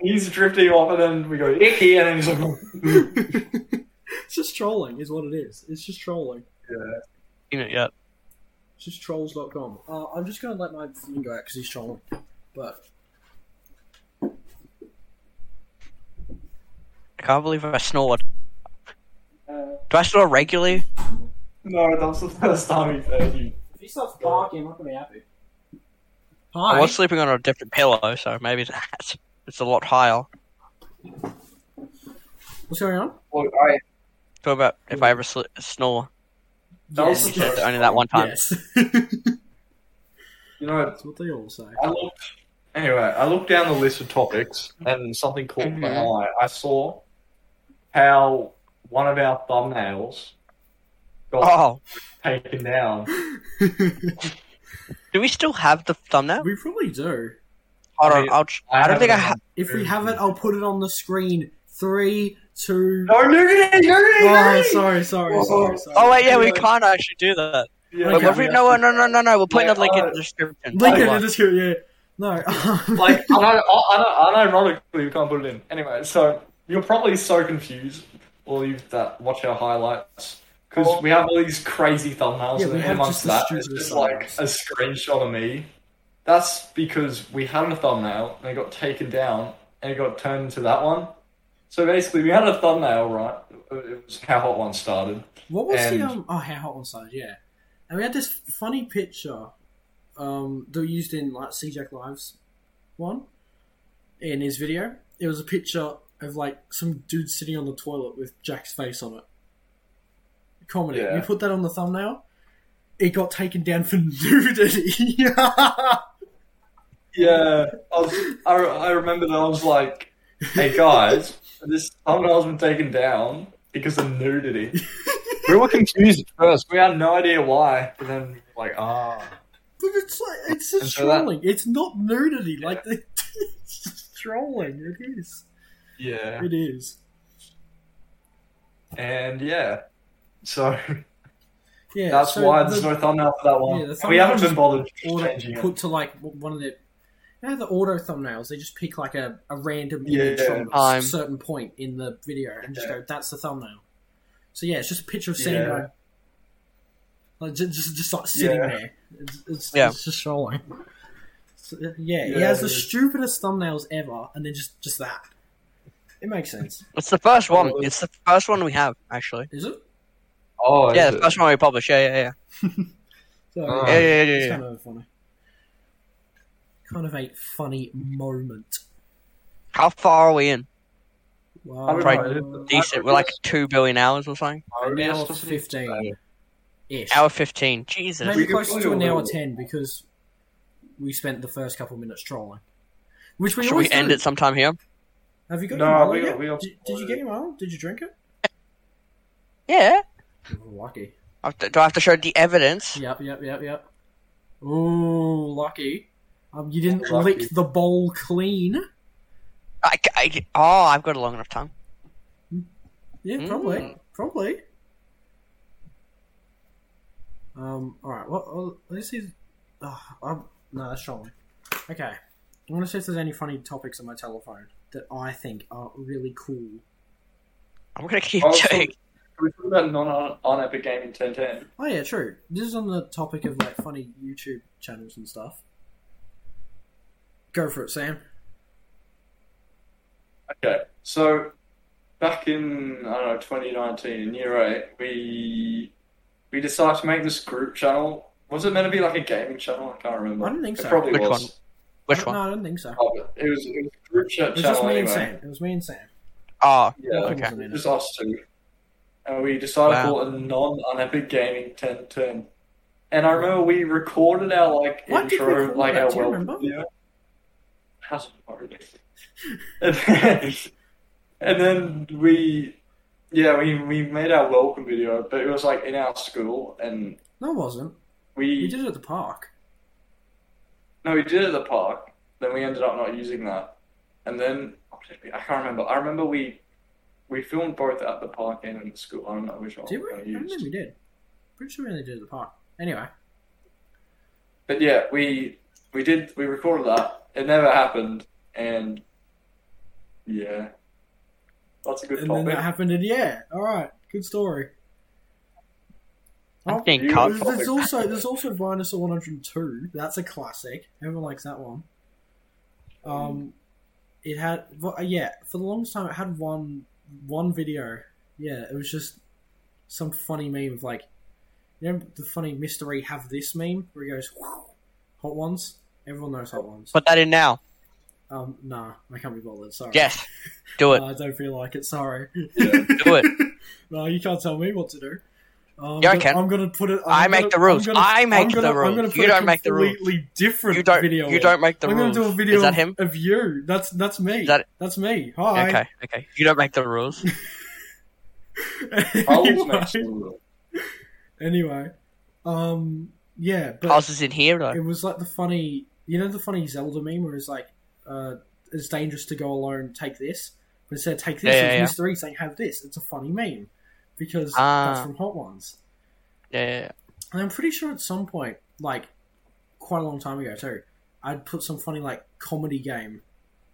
He's drifting off, and then we go icky, and then he's like, it's just trolling, is what it is. It's just trolling. Seen it yet? It's just trolls.com. Uh, I'm just going to let my thing go out because he's trolling. But I can't believe I snored. Do I snore regularly? "Oh, "No, that was the first time he heard you." if he starts barking, I'm not going to be happy. I Hi. was sleeping on a different pillow, so maybe that's it's a lot higher. What's going on? Look, I Talk about if I ever sl- snore. that was the Said first only that one time. Yes. That's You know, what they all say. I looked. Anyway, I looked down the list of topics, and something caught my Mhm. eye. I saw how one of our thumbnails got Oh, taken down. do we still have the thumbnail? we probably do. Hold on, I- I'll. Tr- I, don't have think it I. Ha- on- If we have it, I'll put it on the screen. Three, two. No, look at it! Look at it! look at Oh, it! sorry, sorry, Oh. sorry, sorry. oh wait, yeah, we Yeah. can't actually do that. Yeah, Wait, Okay. what if we- no, no, no, no, no. We'll put Yeah, the link in uh, the description. Link it Hold in on. the description, yeah. No. um, like un- un- unironically we can't put it in anyway so you're probably so confused all you that watch our highlights because we have all these crazy thumbnails Yeah, we and have amongst just the that it's stupidest just like thumbnails. a screenshot of me that's because we had a thumbnail and it got taken down and it got turned into that one so basically we had a thumbnail right it was how hot one started What was And- the um? Oh, how hot on side, yeah. And we had this funny picture, um, that we used in like C Jack Lives, one, in his video. It was a picture of like some dude sitting on the toilet with Jack's face on it. Comedy. Yeah. You put that on the thumbnail. It got taken down for nudity. Yeah, I, was, I, I remember that I was like, hey guys, this thumbnail's been taken down because of nudity. we were confused at first. We had no idea why. But then, like, ah. But it's like it's just And so that- trolling. It's not nudity. Like it's just trolling. It is. Yeah. It is. And yeah. So Yeah. that's so why the- there's no thumbnail for that one. Yeah, the we thumbnail haven't been just bothered auto changing it. put to like w- one of their you know the auto thumbnails they just pick like a, a random Yeah. image from a Time. s- certain point in the video and just Yeah. go that's the thumbnail so yeah it's just a picture of Sam Yeah. going, like just, just just like sitting Yeah. there it's, it's, Yeah. it's just trolling So, uh, yeah, he Yeah, has the it is. stupidest thumbnails ever and then just just that it makes sense It's the first one. It's the first one we have actually. is it Oh, Yeah, is the it? first one we published. Yeah, yeah, yeah. so, Oh. Yeah, yeah, yeah, it's yeah, kind of funny kind of a funny moment How far are we in? wow I Right. don't know. Decent. We're like two billion hours or something. an Yeah, hour it's supposed to be- fifteen ish. Hour fifteen. Jesus. Maybe could closer probably to an do a hour little- ten because we spent the first couple minutes trolling. Which we Should always we end do. it sometime here? Have you got No, your Milo we got- yet? we got- did, did you get your Milo? Did you drink it? Yeah. Mm-hmm. Lucky. I have to- Do I have to show the evidence? Yep, yep, yep, yep. Ooh, lucky. Um, you didn't Lucky. lick the bowl clean. I, I, oh, I've got a long enough tongue. Yeah, probably, Mm. probably. Um. All right. Well, well this is. Uh, I'm, no, that's trolling. Okay. I want to see if there's any funny topics on my telephone that I think are really cool. I'm gonna keep Oh, so- doing. Can we talk about non on Epic Gaming 1010? Oh yeah, true. This is on the topic of like funny YouTube channels and stuff. Go for it, Sam. Okay, so back in I don't know 2019 in year eight, we we decided to make this group channel. Was it meant to be like a gaming channel? I can't remember. I don't think it so. Probably Which was. Which one? No, I don't think so. Oh, but it was it was a group It chat was channel just me and anyway. Sam. It was me and Sam. Oh, Yeah, Okay. it was just us two. And we decided to call it a non on Epic Gaming 1010. And I remember we recorded our like Why did we intro, record like that? our Do you welcome remember? video. How sorry. and, then, and then we, yeah, we, we made our welcome video, but it was like in our school, and No, it wasn't. You we did it at the park. No, we did it at the park. Then we ended up not using that. And then what did we- I can't remember. I remember we we filmed both at the park and in the school. I don't know which one Did we? we I kinda don't think Oh, used. we did. Pretty sure we only did it at the park. Anyway, But yeah, we we did we recorded that. It never happened. And yeah, that's a good and then topic. that happened in the air. All right, good story. I'm Oh, getting you- cocked. there's, there's also there's also Dinosaur 102. That's a classic. Everyone likes that one. Um, it had well, uh, yeah for the longest time it had one one video. Yeah, it was just some funny meme of like, you know the funny mystery have this meme where he goes hot ones. Everyone knows hot ones. Put that in now. Um, nah, I can't be bothered. Sorry. Yes. Do it. No, Oh, I don't feel like it. Sorry. Yeah. Do it. no, you can't tell me what to do. Um, Yeah, I but can. I'm gonna put it. I I'm make gonna- the rules. I'm gonna- I make I'm gonna- the I'm gonna rules. put You a don't make the rules. Completely different You don't. video. You don't make the I'm rules. gonna do a video. Is that of- him? Of you. That's that's me. Is that- That's me. Hi. Okay. Okay. You don't make the rules. I always anyway, make sure. anyway, um, yeah, but House is in here though. it was like the funny, you know, the funny Zelda meme where it's like, uh, it's dangerous to go alone. Take this, but instead of take this, Yeah, it's yeah, yeah. mystery saying have this. It's a funny meme because Ah. that's from Hot Ones. Yeah. yeah, yeah. And I'm pretty sure at some point, like quite a long time ago too, I'd put some funny like comedy game.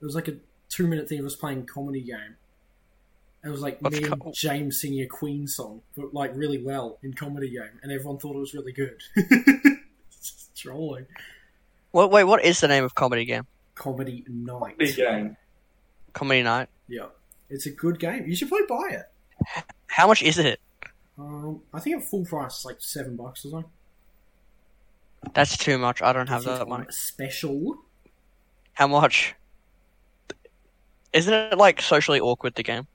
It was like a two minute thing of us playing comedy game. It was like What's me co- and James singing a Queen song, but like really well in comedy game, and everyone thought it was really good. it's just trolling. What? Wait. What is the name of comedy game? Comedy night. Big game. Comedy night. Yeah, it's a good game. You should play buy it. How much is it? Um, I think at full price it's like seven bucks or something. That's too much. I don't have It's that on money. Special. How much? Isn't it like socially awkward? The game.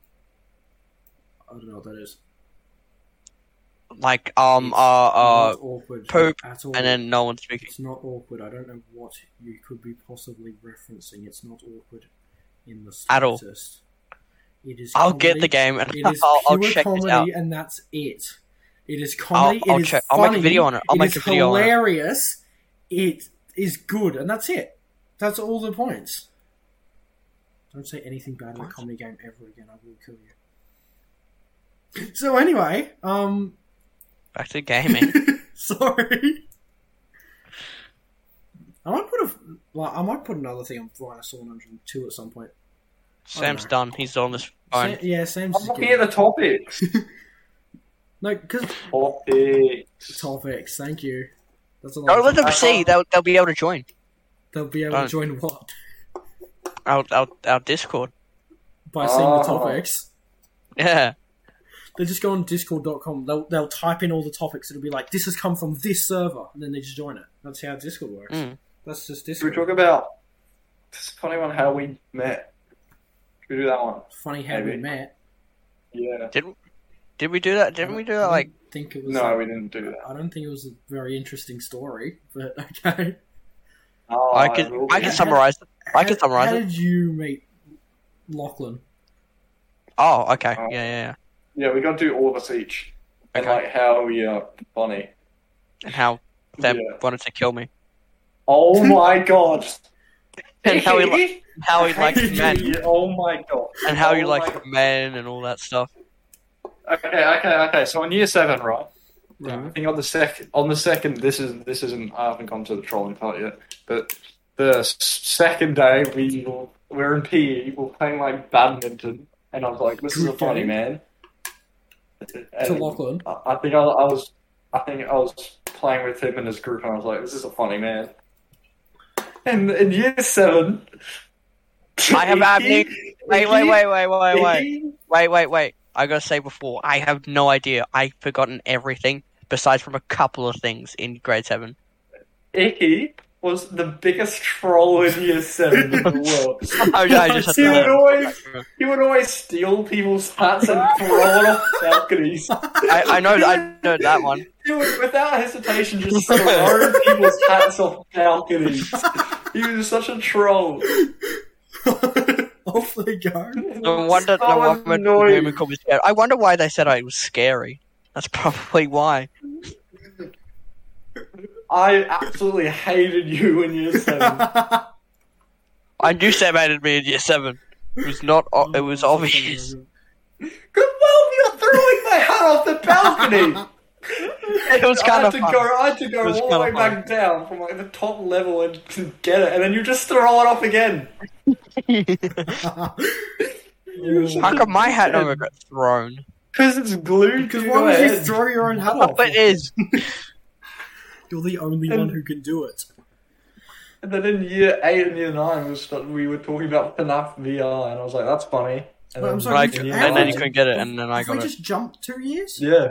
I don't know what that is. Like um It's uh uh not awkward poop at all. and then no one's speaking. It's not awkward. I don't know what you could be possibly referencing. It's not awkward in the At all. slightest. It is. I'll comedy. get the game and It is I'll, I'll pure check comedy, this out. and that's it. It is I'll, comedy. I'll it is check. funny. I'll make a video on it. I'll It make is a video on it. hilarious. It is good, and that's it. That's all the points. Don't say anything bad in a What? comedy game ever again. I will kill you. So anyway, um, Back to gaming. Oh, Sorry. I might put a like, I might put another thing on Dinosaur 102 at some point. Sam's know. done. He's on this phone. Sam, yeah, Sam's I'm looking at good. the topics. no because topics. topics. Thank you. That's a lot. Don't of let them I see. can't- They'll, they'll be able to join They'll be able Don't. to join what our, our, our Discord. by seeing the Oh. topics. Yeah. They just go on Discord.com. They'll they'll type in all the topics. It'll be like this has come from this server, and then they just join it. That's how Discord works. Mm. That's Should just we Discord. talk about this funny one? How we met? Should we do that one? Funny how we Maybe. met. Yeah. Did we do that? Didn't we do that? Like, I think it was No, we didn't do that. I don't think it was a very interesting story, but okay. Oh, I could will I be. could summarize it. I How- can summarize How it. did you meet Lachlan? Oh, okay. Yeah, Oh. yeah, yeah. Yeah, we got to do all of us each, and Okay. like how we are funny. And how they Yeah. wanted to kill me. Oh my god! And how he li- How he liked men. Oh my god! And how you Oh like my- men and all that stuff. Okay, okay, okay. So on year seven, right? I Right. think on the second, on the second, this is this isn't. I haven't gone to the trolling part yet, but the s- second day we were- we're in PE, we're playing like badminton, and I was like, "This is a Good funny game. man." To And- Lachlan. I I think I, I was, I think I was playing with him in his group, and I was like, "This is a funny man." And in year seven, I have he- acne. Wait, wait, wait, wait, wait, wait. he- Wait, wait, wait. I gotta say before, I have no idea. I've forgotten everything besides from a couple of things in grade seven. Icky was the biggest troll in year seven in the world. Oh yeah, I just had He to. would always, he would always steal people's hats and throw it off balconies. I, I know, I know that one. He would, without hesitation, just throw people's hats off balconies. He was such a troll. Off they go. No wonder, so no wonder annoying. Newman called me scary. I wonder why they said I was scary. That's probably why. I absolutely hated you in year seven. I knew Sam hated me in year seven. It was not. o- It was obvious. Good well, you're throwing my hat off the balcony. It was I kind had of to fun. go. I had to go It was all the kinda way back down from like the top level and to get it, and then you just throw it off again. How come my hat never got thrown? Because it's glued Because to why your would you head. throw your own hat Oh, off? it is. You're the only one who can do it. And then in year eight and year nine, we, start, we were talking about FNAF VR, and I was like, "That's funny." And Wait, I'm sorry, like, you- in year And then nine- you couldn't get it, and then I Have we got it. just jumped two years? yeah,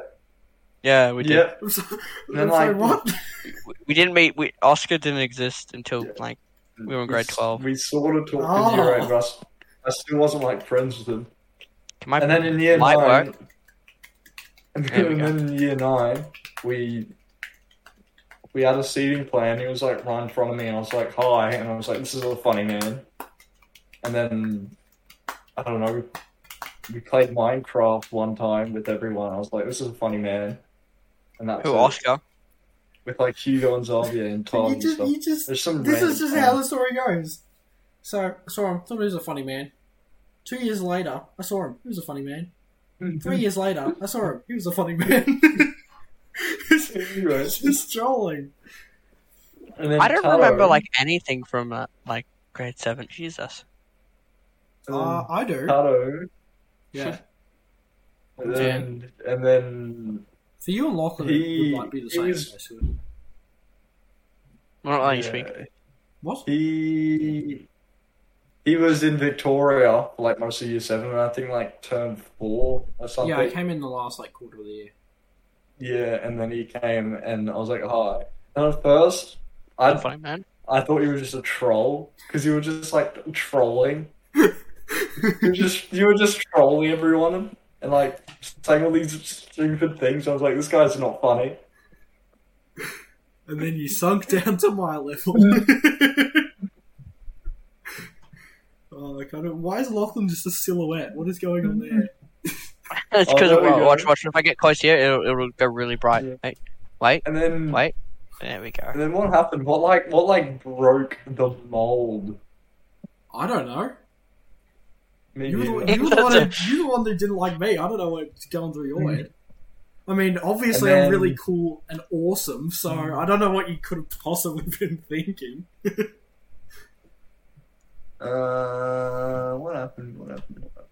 Yeah, we did. yeah. I'm sorry, Then, I'm sorry, like, what? We- We didn't meet. We, Oscar didn't exist until Yeah. like we were in grade s- twelve. We sort of talked Oh. in year eight, but I s- I still wasn't like friends with him. Can my And then in year Might nine, work. and There we then, go. in year nine, we we had a seating plan. He was like right in front of me, and I was like, "Hi," and I was like, "This is a funny man." And then I don't know. We, we played Minecraft one time with everyone. I was like, "This is a funny man," and that's who it. Oscar? with like Hugo and Xavier and Tom You and just, stuff. you just There's some. This is random just time. how the story goes. So I saw him, thought he was a funny man. Two years later, I saw him. He was a funny man. Three years later, I saw him. He was a funny man. it's, Anyway, it's just trolling. and then I don't Taro, remember like anything from uh, like grade seven. Jesus. and then Uh, I do. um, Taro, Yeah. and then, and then For you and Lachlan, He- it would like be the he same. is- I assume. I'm not letting you speak. yeah, What? He he was in Victoria for, like most of year seven, and I think like term four or something. Yeah, I came in the last like quarter of the year. Yeah, and then he came, and I was like, hi. And at first, I Funny man. I thought he was just a troll because you were just like trolling. you were just you were just trolling everyone and like saying all these stupid things. I was like, this guy's not funny. And then you sunk down to my level. oh, I kind of. Why is Lachlan just a silhouette? What is going on there? It's Oh, because there we go. watch, watch. If I get close here, it'll, it'll go really bright. Yeah. Wait, wait, And then wait. There we go. and then what happened? What like what like broke the mold? I don't know. Me You were, neither. the, you, were the That's one a- who, you were the one who didn't like me. I don't know what's going through your head. I mean, obviously, And I'm really then- cool and awesome, so I don't know what you could have possibly been thinking. Uh, what happened? What happened? What happened?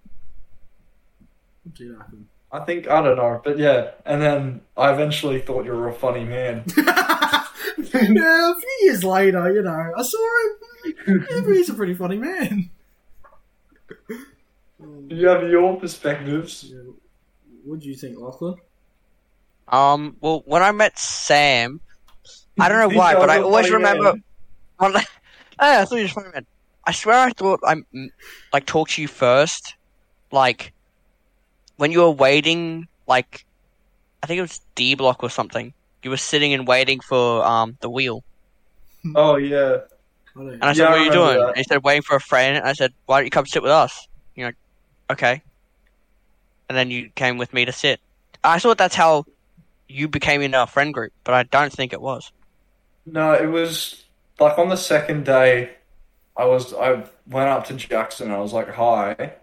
What did happen? I think I don't know, but yeah. And then I eventually thought you were a funny man. yeah, a few years later, you know, I saw him. Yeah, but he's a pretty funny man. Um, you have your perspectives? yeah, what do you think, Lachlan? Um. Well, when I met Sam, I don't know He's why, but I also always funny remember. man. When I, Hey, I thought you were funny man. I swear, I thought I mm, like talked to you first, like when you were waiting. Like, I think it was D block or something. You were sitting and waiting for um the wheel, Oh yeah. I don't and I know. said, Yeah, I "What are you remember doing?" that. And he said, "Waiting for a friend." And I said, "Why don't you come sit with us?" And you're like, "Okay." And then you came with me to sit. I thought that's how you became in our friend group, but I don't think it was. No, it was like on the second day. I was I went up to Jackson. I was like, "Hi,"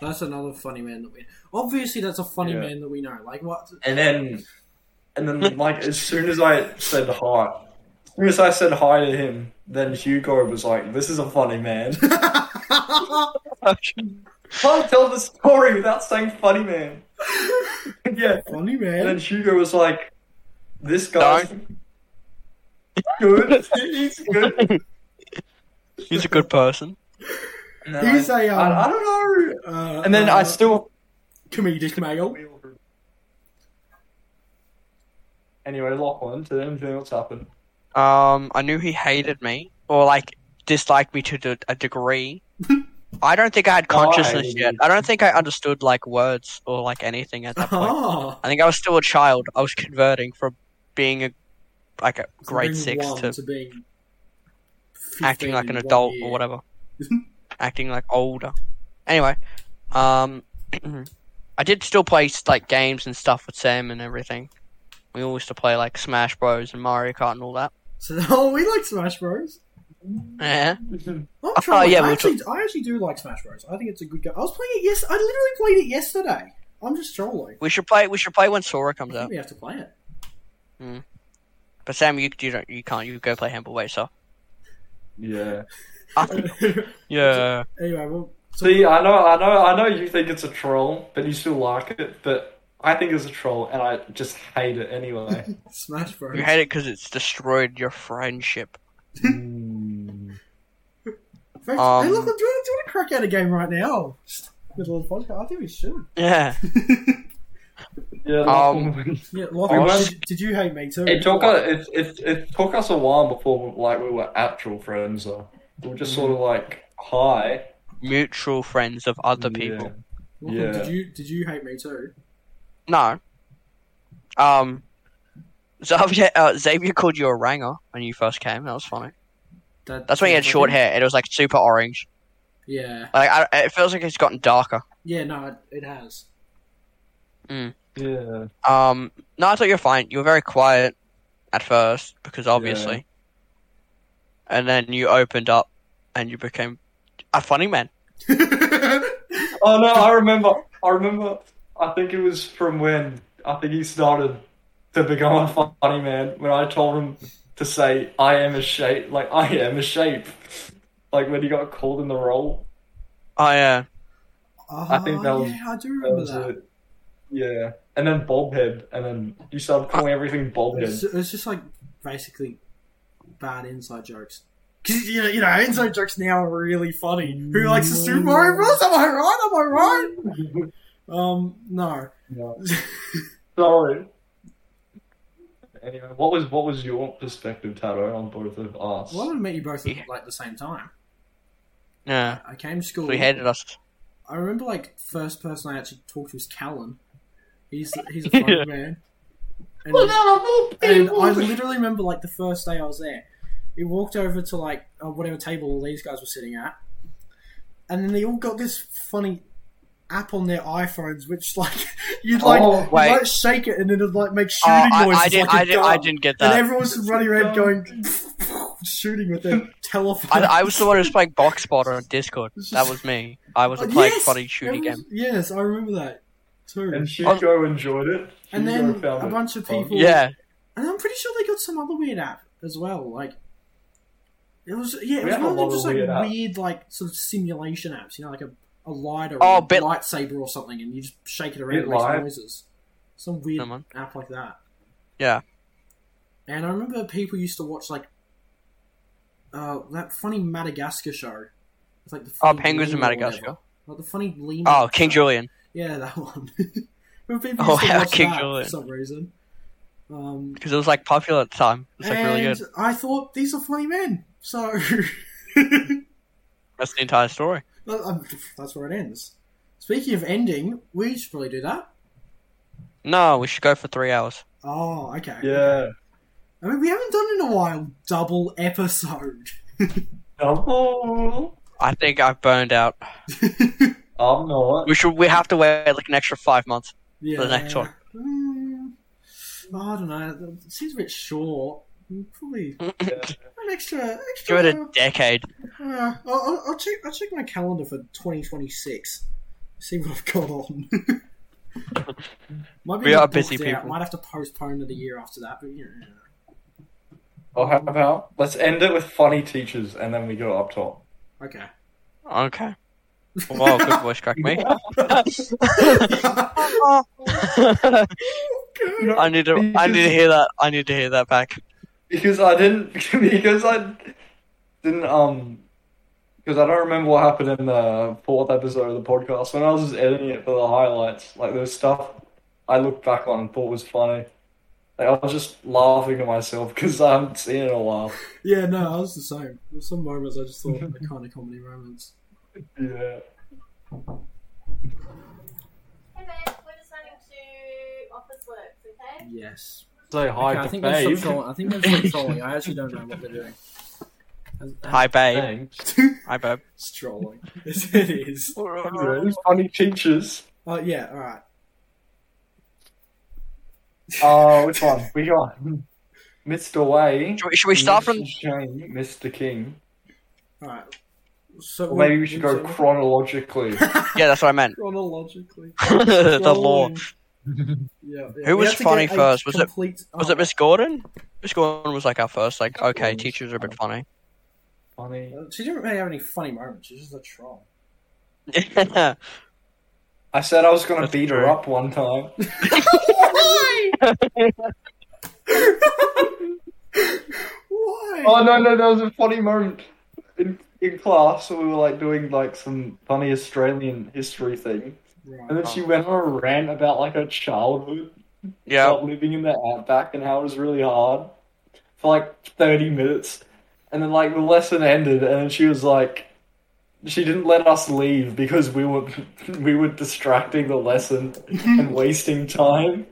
That's another funny man that we. Obviously, that's a funny Yeah. man that we know. Like what? and then and then like as soon as I said hi, as soon as I said hi to him, then Hugo was like, "This is a funny man." Can't tell the story without saying funny man. yeah. funny And then man. Hugo was like, this guy's good. He's good. He's a good person. And then He's I, a. Um, I, I don't know. Uh, And then uh, I still. comedic male. Anyway, Lachlan, to anything else happened. Um, I knew he hated me or like disliked me to d- a degree. I don't think I had Oh, I consciousness hated yet. you. I don't think I understood like words or like anything at that point. Ah, I think I was still a child. I was converting from being a like a from grade being six one to being 15 acting like an in one adult year. or whatever. acting like older. Anyway, um, I did still play like games and stuff with Sam and everything. We all used to play like Smash Bros and Mario Kart and all that. So, oh, we like Smash Bros. Yeah. I'm Oh, trying. yeah, I, we'll actually, I actually do like Smash Bros. I think it's a good game. I was playing it yes. I literally played it yesterday. I'm just trolling. We should play. We should play when Sora I comes think out. we have to play it. But Sam, you you don't you can't you go play Handball Wait, so Yeah. yeah. anyway, well, so See, I know, I know, I know. You think it's a troll, but you still like it. But I think it's a troll, and I just hate it anyway. Smash Bros. You hate it because it's destroyed your friendship. Mm. In fact, um, hey, look, do you, want to, do you want to crack out a game right now? Just With a little podcast, I think we should. Yeah. Yeah. Um, Yeah, I Lachlan, was- did, did you hate me too? It took us it, it, it took us a while before like we were actual friends though. We were just Mm-hmm. sort of like hi. Mutual friends of other Yeah. people. Lachlan, yeah. Did you did you hate me too? No. Um. Xavier, uh, Xavier called you a ranger when you first came. That was funny. That, That's when he had short hair. and It was like super orange. Yeah, Like I, it feels like it's gotten darker. yeah, no, it, it has. Yeah. Um, no, I thought you were fine. You were very quiet at first because obviously, and then you opened up and you became a funny man. Oh no, I remember. I remember. I think it was from when I think he started to become a funny man when I told him to say I am a shape, like I am a shape, like when he got called in the role. Oh yeah, I think that Ah, was- yeah, I That do remember was that. it. Yeah, and then bobhead, and then you started calling everything It's, bobhead. it's just like basically bad inside jokes. Because you know, you know, inside jokes now are really funny. Who likes the Super Mario Mm. Bros? Am I right? Am I right? Um, no. No. Sorry. Anyway, what was what was your perspective, Tato, on both of us? Well, I met you both Yeah. at like the same time. yeah. I came to school. We hated us. I remember like first person I actually talked to was Callan. He's he's a funny Yeah. man. And, Well, that of and I all people. literally remember like the first day I was there. He walked over to like uh, whatever table all these guys were sitting at, and then they all got this funny app on their iPhones, which like you'd like, Oh, you'd, wait. like shake it and it'd like make Oh, shooting I, noises I didn't. like a I didn't. gun. I didn't get and that. everyone's running around going shooting with their telephone. I, I was the one who was playing box spotter on Discord. That was me. I was Oh, a playing yes! funny shooting game. Everyone's- Yes, I remember that too. And Hugo enjoyed it. and Hugo then found a it bunch of fun. people. Yeah. And I'm pretty sure they got some other weird app as well. Like it was yeah, We it was have one a of lot them of just like weird weird, apps. like sort of simulation apps. You know, like a a light or Oh, a bit- lightsaber or something, and you just shake it around Bit and it makes live. noises. Some weird Come on. app like that. Yeah. And I remember people used to watch like uh, that funny Madagascar show. It's like the Oh, funny Penguins in lemur or Madagascar. whatever. Like the funny lemur. Oh, King show. Julian. Yeah, that one. Remember people Oh, used to yeah, watch King that Julian. for some reason. Um, because it was like popular at the time. It's like really and good. I thought these are funny men. So That's the entire story. Well, um, that's where it ends. Speaking of ending, we should probably do that. No, we should go for three hours. Oh, okay. Yeah. I mean, we haven't done in a while double episode. Double. I think I've burned out. I'm not. We should. We have to wait like an extra five months. Yeah. The next one. Hmm. I don't know. It seems a bit short. Hmm, Probably an extra, Hmm. Give extra. it a decade. uh, I'll, I'll- I'll check. I'll check my calendar for 2026. See what I've got on. Might be We are booked busy out. people. Might have to postpone to the year after that. But you know. Or how about let's end it with funny teachers, and then we go up top. Okay. Okay. Wow, good voice crack, me. I need to. I need to hear that. I need to hear that back. Because I didn't. Because I didn't. Um. Because I don't remember what happened in the fourth episode of the podcast. When I was just editing it for the highlights, like there was stuff I looked back on and thought was funny, Like, I was just laughing at myself because I haven't seen it in a while. Yeah, no, I was the same. There were some moments I just thought the kind of comedy moments. Yeah. Hey babe, we're deciding to office works, okay? Yes. Say hi Okay, I to think they've babe. stopped trolling. I think they've stopped trolling. I actually don't know what they're doing. Hi, babe. Thanks. Hi, babe. It's trolling. it is. Those funny teachers. Oh yeah. All right. Oh, which one? We got Mr. Way. Should we, should we start from? Mr. Shane, Mr. King. All right. So Or maybe we should go chronologically. Yeah, that's what I meant. chronologically. the law. Scrolling. Yeah, yeah. Who We was have to funny get a first? Was it- complete- Was oh, it Miss Gordon? Miss Gordon was like our first. Like, okay, Miss teachers are a bit funny. funny. uh, She didn't really have any funny moments. She's just a troll. Yeah. I said I was going to That's beat her true. up one time. Why? Oh no, no, that was a funny moment in, in class. We were like doing like some funny Australian history thing, and Right. then she Oh. went on a rant about like her childhood, Yeah. about living in the outback, and how it was really hard for like thirty minutes, and then like the lesson ended, and then she was like. She didn't let us leave because we were we were distracting the lesson and wasting time.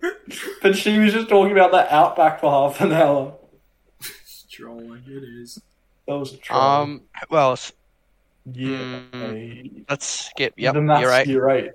But she was just talking about the outback for half an hour. It's trolling. It is. That was a troll. Um. Well, s- yeah. mm, let's skip. Yep. the You're maths, right, You're right.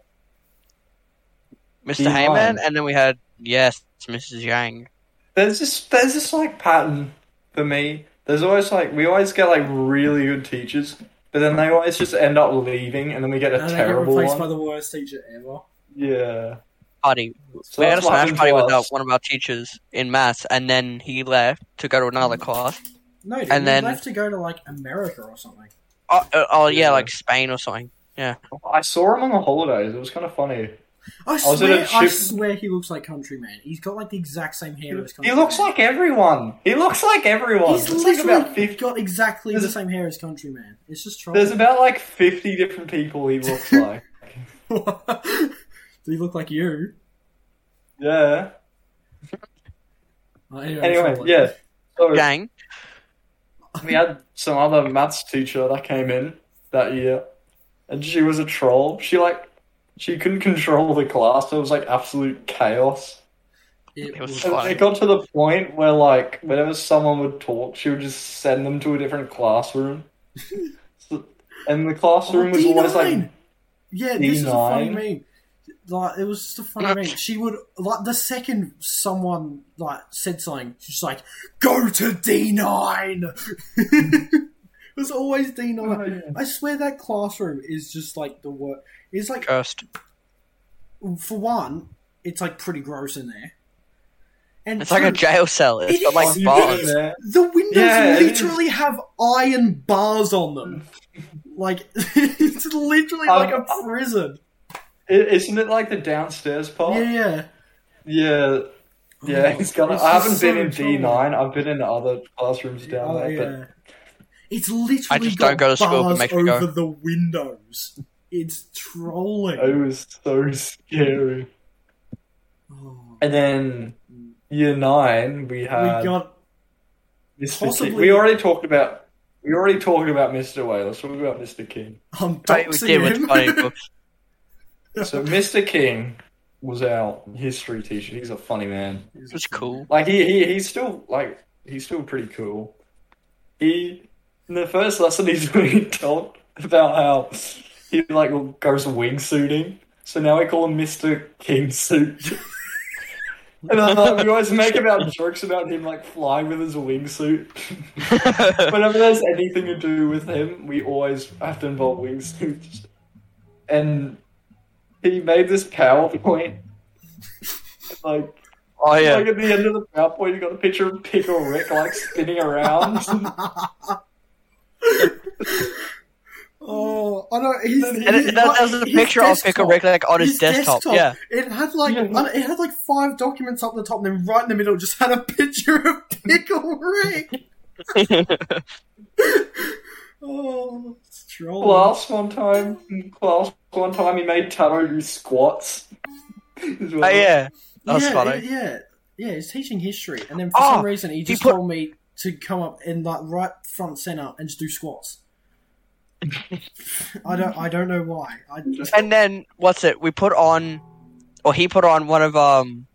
Mr. Be Heyman, mine. and then we had yes, Mrs. Yang. There's this there's this like pattern for me. There's always like we always get like really good teachers, but then they always just end up leaving, and then we get a And they get terrible replaced one. by the worst teacher ever. Yeah. Party. So we had a that's what smash happened to party with our, us. one of our teachers in maths, and then he left to go to another class. No, dude, And and then- then left to go to like America or something. Oh, oh, oh yeah, Yeah. like Spain or something. I saw him on the holidays. It was kind of funny. I was in a swear, I ship- swear, he looks like Countryman. He's got like the exact same hair as He Countryman. looks like everyone. He looks like everyone. he's There's like literally about fifty. got exactly the There's- same hair as Countryman. It's just trolling. There's about like fifty different people he looks like. Do you look like you? yeah. Uh, anyway, Anyway, trolling. yeah. So Yang. we had some other maths teacher that came in that year, and she was a troll. She like she couldn't control the class. It was like absolute chaos. It was And Fine. it got to the point where like whenever someone would talk, she would just send them to a different classroom. So- and the classroom was D9. always like yeah, this is a funny D9. meme. Like it was just a funny meme. She would like the second someone like said something, she's like, "Go to D nine. it was always D nine. I swear that classroom is just like the work. It's like Cursed. for one, it's like pretty gross in there, and It's like a two, jail cell. It's It got is- like it bars. is- the windows Yeah, it is. literally have iron bars on them. Like it's literally Um, like a prison. is isn't it like the downstairs part? Yeah, yeah. Oh yeah. Yeah, it's gonna. It's I just haven't so been in trolling. D nine. I've been in other classrooms down Oh, there, but yeah. It's literally I just got don't go to school, but bars make me go. over the windows. It's trolling. It was so scary. Oh. And then year nine, we had we got Mr. possibly- King. We already talked about. We already talked about Mr. Way. Let's talk about Mr. King. I'm Right, we doxing did with him. funny books. So Mr. King was our history teacher. He's a funny man. It was cool. Like he, he he's still like he's still pretty cool. He in the first lesson he's he told about how he like goes wingsuiting. So now we call him Mr. King Suit. and I thought we always make about jokes about him like flying with his wingsuit. Oh, Whenever there's anything to do with him, we always have to involve wingsuits. And he made this PowerPoint. Like oh yeah. like at the end of the PowerPoint, you got a picture of Pickle Rick like spinning around. Oh, I know. His, And And it, that, that was a his picture of desktop- Pickle Rick like on his, desktop. Yeah. It had like Yeah. I- it had like five documents up the top, and then right in the middle just had a picture of Pickle Rick. oh, it's trolling. class one time, class one time, he made Taro do squats. Oh yeah. That was yeah, funny. it- yeah. Yeah, he's teaching history, and then for Oh, some reason he just put- told me to come up in like right front center and just do squats. I don't. I don't know why. I And then what's it? We put on, or he put on one of um,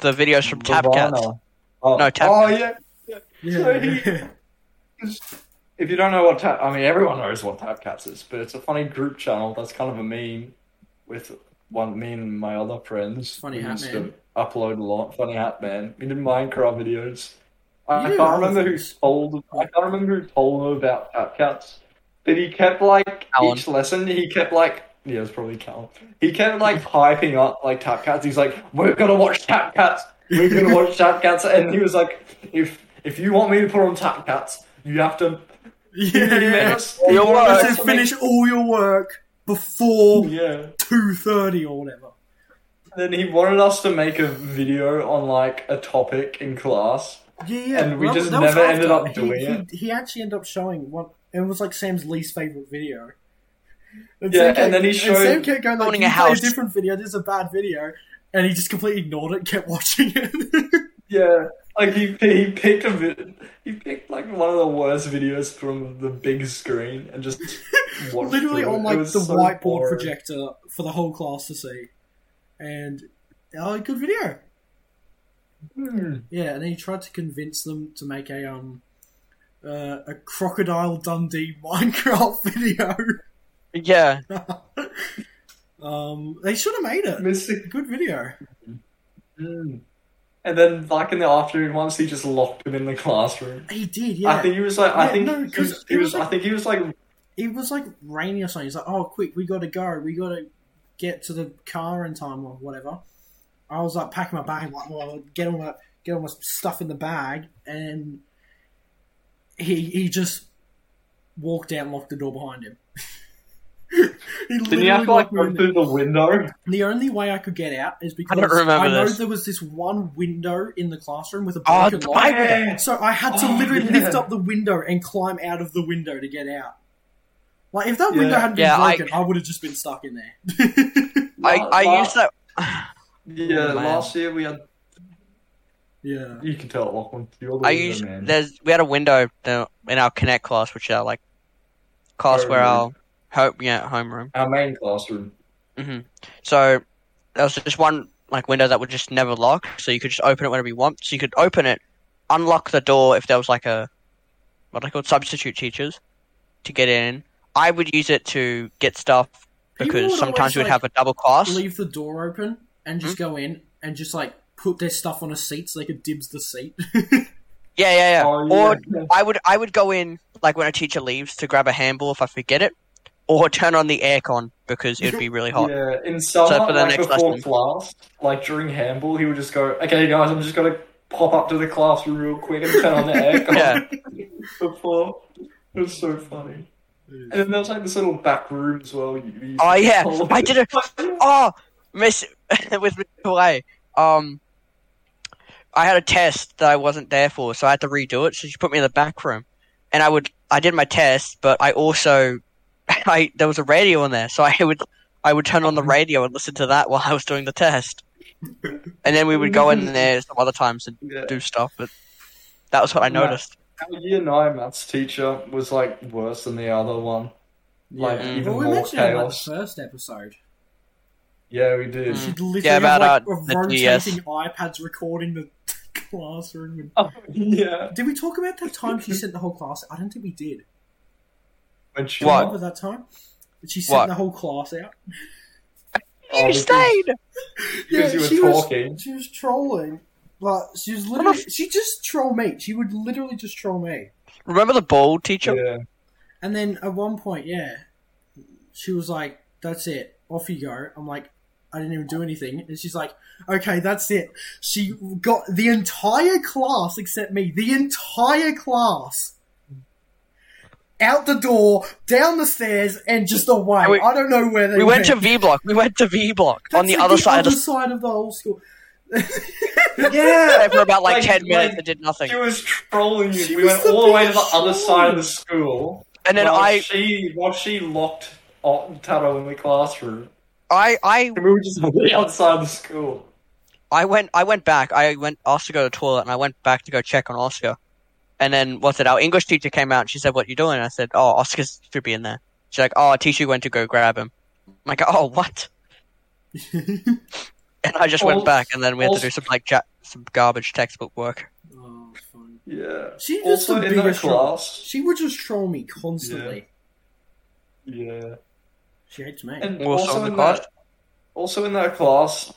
the videos from Tapcats. Nirvana. Oh. No, Tap- Oh yeah. So yeah. If you don't know what tap, I mean, everyone knows what Tapcats is, but it's a funny group channel that's kind of a meme with one me and my other friends. Funny We Hat used to Man. upload a lot. Funny hat man. We did Minecraft videos. You I, I did can't other remember who things. told. I can't remember who told him about Tapcats, but he kept like Alan. each lesson. He kept like. Yeah, it's probably Cal. He kept like hyping up like Tapcats. He's like, "We're gonna watch Tapcats. We're gonna watch Tapcats." And he was like, "If if you want me to put on Tapcats, you have to yeah, yeah. Your You work. have This is to finish all your work before make- Yeah. two thirty or whatever. Then he wanted us to make a video on like a topic in class. Yeah, yeah. And we Well, just that was never after. ended up He- doing he, it. He actually ended up showing one. It was like Sam's least favorite video. And Yeah, Sam kept- and then he showed- Sam kept going like, Owning "Can a you play house." a different video. This is a bad video." And he just completely ignored it, and kept watching it. Yeah. Like he he picked a bit. He picked like one of the worst videos from the big screen and just watched Literally through it. on It like the was so whiteboard boring. projector for the whole class to see. And oh, good video. Hmm. Yeah, and then he tried to convince them to make a um uh, a crocodile Dundee Minecraft video. Yeah, um, they should have made it. Mystic. Good video. Hmm. And then like in the afternoon, once he just locked him in the classroom. He did, yeah. I think he was like. I Yeah, think no, he was. 'cause He it was was like- I think he was like. it was like rainy or something. He's like, "Oh, quick, we gotta go. We gotta get to the car in time or whatever." I was like packing my bag, like, "Well, get all my get all my stuff in the bag," and he he just walked out and locked the door behind him. he Didn't he have to like locked me go in through the window? The only way I could get out is because don't remember know this. there was this one window in the classroom with a Oh, broken the lock. bike- So I had to Oh, literally yeah. lift up the window and climb out of the window to get out. Like if that Yeah. window hadn't been Yeah, I- broken, I, would have just been stuck in there. I La- I la- used that. Yeah, Oh, man. last year we had. yeah. You can tell Lachlan. You're the I window used man. there's we had a window the- in our Connect class, which are like class where our Homeroom. hope yeah homeroom. Our main classroom. So there was just one like window that would just never lock, so you could just open it whenever you want. So you could open it, unlock the door if there was like a what are they called substitute teachers to get in. I would use it to get stuff People because would sometimes always, we'd like, have a double class. Leave the door open and Hmm? just go in and just like put their stuff on a seat so they could dibs the seat. Yeah, yeah, yeah. Oh, Or yeah. I would I would go in like when a teacher leaves to grab a handball if I forget it, or turn on the aircon because it'd be really hot. Yeah, in summer, So for the like next before lesson. class, like during handball, he would just go, "Okay, guys, I'm just gonna pop up to the classroom real quick and turn on the air." Yeah. before it was so funny. And then there was like this little back room as well. You, you Oh yeah, I did it. Oh, miss with Miss Play. Um, I had a test that I wasn't there for, so I had to redo it. So she put me in the back room, and I would I did my test, but I also I there was a radio in there, so I would I would turn on Mm-hmm. the radio and listen to that while I was doing the test, and then we would go Mm-hmm. in there some other times and Yeah. do stuff. But that was what I Right. noticed. Our year nine maths teacher was like worse than the other one. Like Yeah. even Well, we more mentioned it in like, the chaos. Hmm. first episode. Yeah, we did. Mm. She'd literally Yeah, about, have uh, like the a DS. rotating iPads recording the classroom and Oh, yeah. Did we talk about that time she sent the whole class? I don't think we did. When she Do you What? remember that time? That She sent What? the whole class out. Oh, you because- stayed. Because you were she talking. Was, she was trolling. Like she was a literally. She just troll me. She would literally just troll me. Remember the bald teacher? Yeah. And then at one point, yeah, she was like, "That's it. Off you go." I'm like. I didn't even do anything. And she's like, okay, that's it. She got the entire class, except me, the entire class, out the door, down the stairs, and just away. We- I don't know where they We went to V block. We went to V block on That's the like other side other of the side of the whole school. Yeah. there for about like, Like- 10 minutes like- and did nothing. She was trolling you. She we was went the all the way to the biggest other troll. side of the school. And then while I, she while she locked Taro in the classroom. I, I, And we were just on the outside of the school. I went I went back. I went asked to go to the toilet and I went back to go check on Oscar. And then what's it? Our English teacher came out and she said, "What you doing?" I said, "Oh, Oscar should be in there." She's like, "Oh, a teacher went to go grab him." I'm like, "Oh, what?" and I just went Also- back, and then we had to do also- some like ja- some garbage textbook work. oh, it's fine. Yeah. She was Also the in that biggest troll. class. She would just troll me constantly. Yeah. She hates me. And Also also, in the in class? that, also in that class,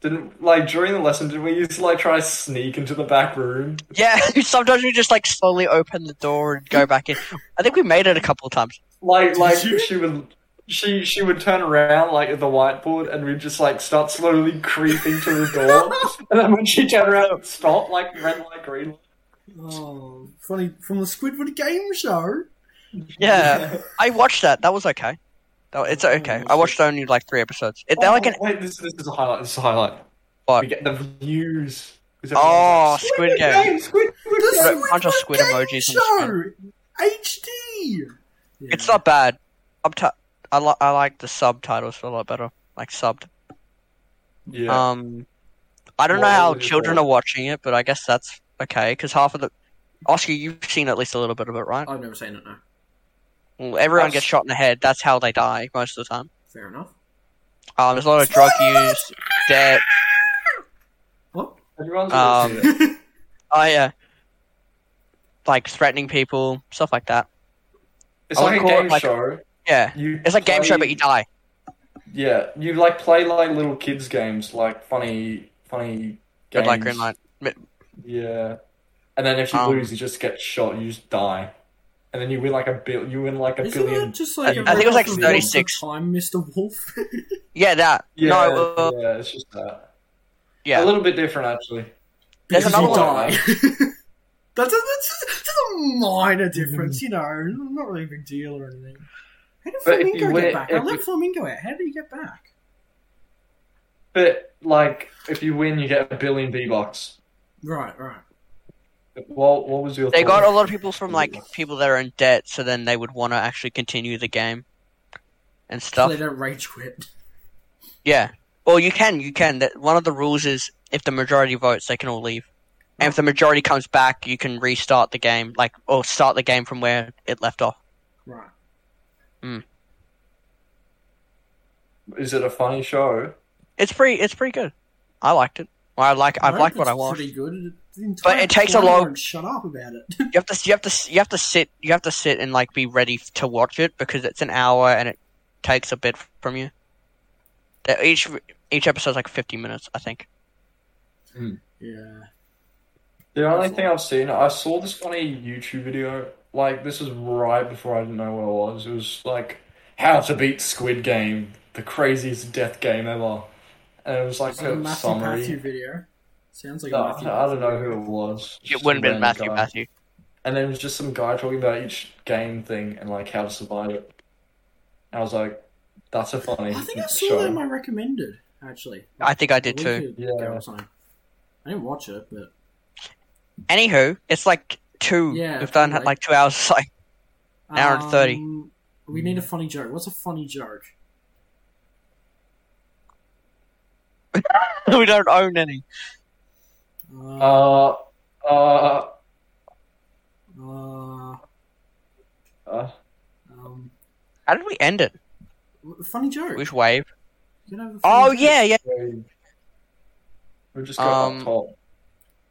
didn't like during the lesson, didn't we used to like try to sneak into the back room? Yeah, sometimes we just like slowly open the door and go back in. I think we made it a couple of times. Like, Did like you? she would, she she would turn around like at the whiteboard, and we'd just like start slowly creeping to the door, and then when she turned around, it'd stop like red light, green light. Oh, funny from the Squidward game show. Yeah, I watched that. That was okay. That, it's okay. I watched only like three episodes. It, they're like an Oh, wait, this, this is a highlight. This is a highlight. What? Oh. We get the views. Is everyone- oh Squid Game. Squid, Squid The Game. a bunch of Squidward squid game emojis in the show. HD. Yeah. It's not bad. I'm t- I, li- I like the subtitles a lot better, like subbed. Yeah. Um, I don't know Well, how it is children what- are watching it, but I guess that's okay because half of the Oscar, you've seen at least a little bit of it, right? I've never seen it. No, Well, everyone Uh, I've- gets shot in the head. That's how they die most of the time. fair enough. Um, there's a lot of drug use, debt. What? Everyone's um, watching it. That's Oh yeah, like threatening people, stuff like that. It's I like a would call it, game like- show. Yeah, You it's like game show, but play- you die. Yeah, you like play like little kids games, like funny, funny Red games. light, green light. Yeah, and then if you Um, lose, you just get shot. You just die, and then you win like a bill. You win like a Isn't billion. that just like I- a I think it was like ripoff of 36. Once upon a Time, Mr. Wolf. Yeah, that. Yeah, no, uh, yeah, it's just that. yeah. a little bit different actually. There's Because another you one. die. that's, a, that's, just, that's a minor difference, you know. Not really a big deal or anything. How did But if you Flamingo win get it- back? I if let you- Flamingo out. How did he get back? But like, if you win, you get a billion V bucks. Right, right. Well, what was your? They thought? got a lot of people from like people that are in debt, so then they would want to actually continue the game and So stuff. they don't rage quit. Yeah. Well, you can, you can. That one of the rules is if the majority votes, they can all leave, and if the majority comes back, you can restart the game, like or start the game from where it left off. Right. Is it a funny show? It's pretty, it's pretty good. I liked it. Well, I like, I've No, liked what that's I watched. Pretty good. The entire But it takes a time long- won't Shut up about it. You have to, you have to, you have to sit, you have to sit and like be ready f- to watch it because it's an hour and it takes a bit from you. That- Each each episode's like fifty minutes, I think. yeah. The only thing I've seen, I saw this funny YouTube video. Like this was right before I didn't know what it was. It was like how to beat Squid Game, the craziest death game ever. And it was like It's a a Matthew summary. Matthew video. Sounds like No, a I Matthew. don't- I don't know Matthew who it video. was. It wouldn't have been Matthew, Guy. Matthew. And then it was just some guy talking about each game thing and like how to survive it. And I was like, that's a funny I think I saw show. that in my recommended. Actually, I think I did A too. week Yeah. ago or something. I didn't watch it, but Anywho, it's like two. Yeah, We've done probably. like two hours. It's Like An hour and 30. Um, We need a Hmm. funny joke. What's a funny joke? we don't own any. Uh, Uh, uh, uh, uh, um, How did we end it? w- funny joke. Which wave? You know, a funny Oh joke. yeah, yeah, we we just got Um, up top.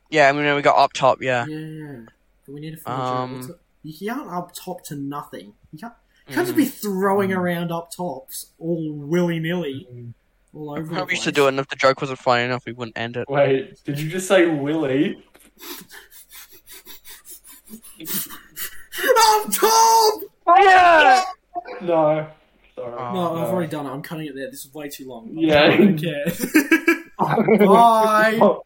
yeah. I mean, we got up top. Yeah. yeah, yeah. But we need a funny Um, joke. What's a- you can't up top to nothing. You can't, you Mm. can't just be throwing around up tops all willy nilly all over. How the we used to place. do it, and if the joke wasn't funny enough, we wouldn't end it. Wait, did you just say Willy? Up top. No. Sorry. Oh, No, I've no. already done it. I'm cutting it there. This is way too long. Yeah. I don't care. Bye. Oh,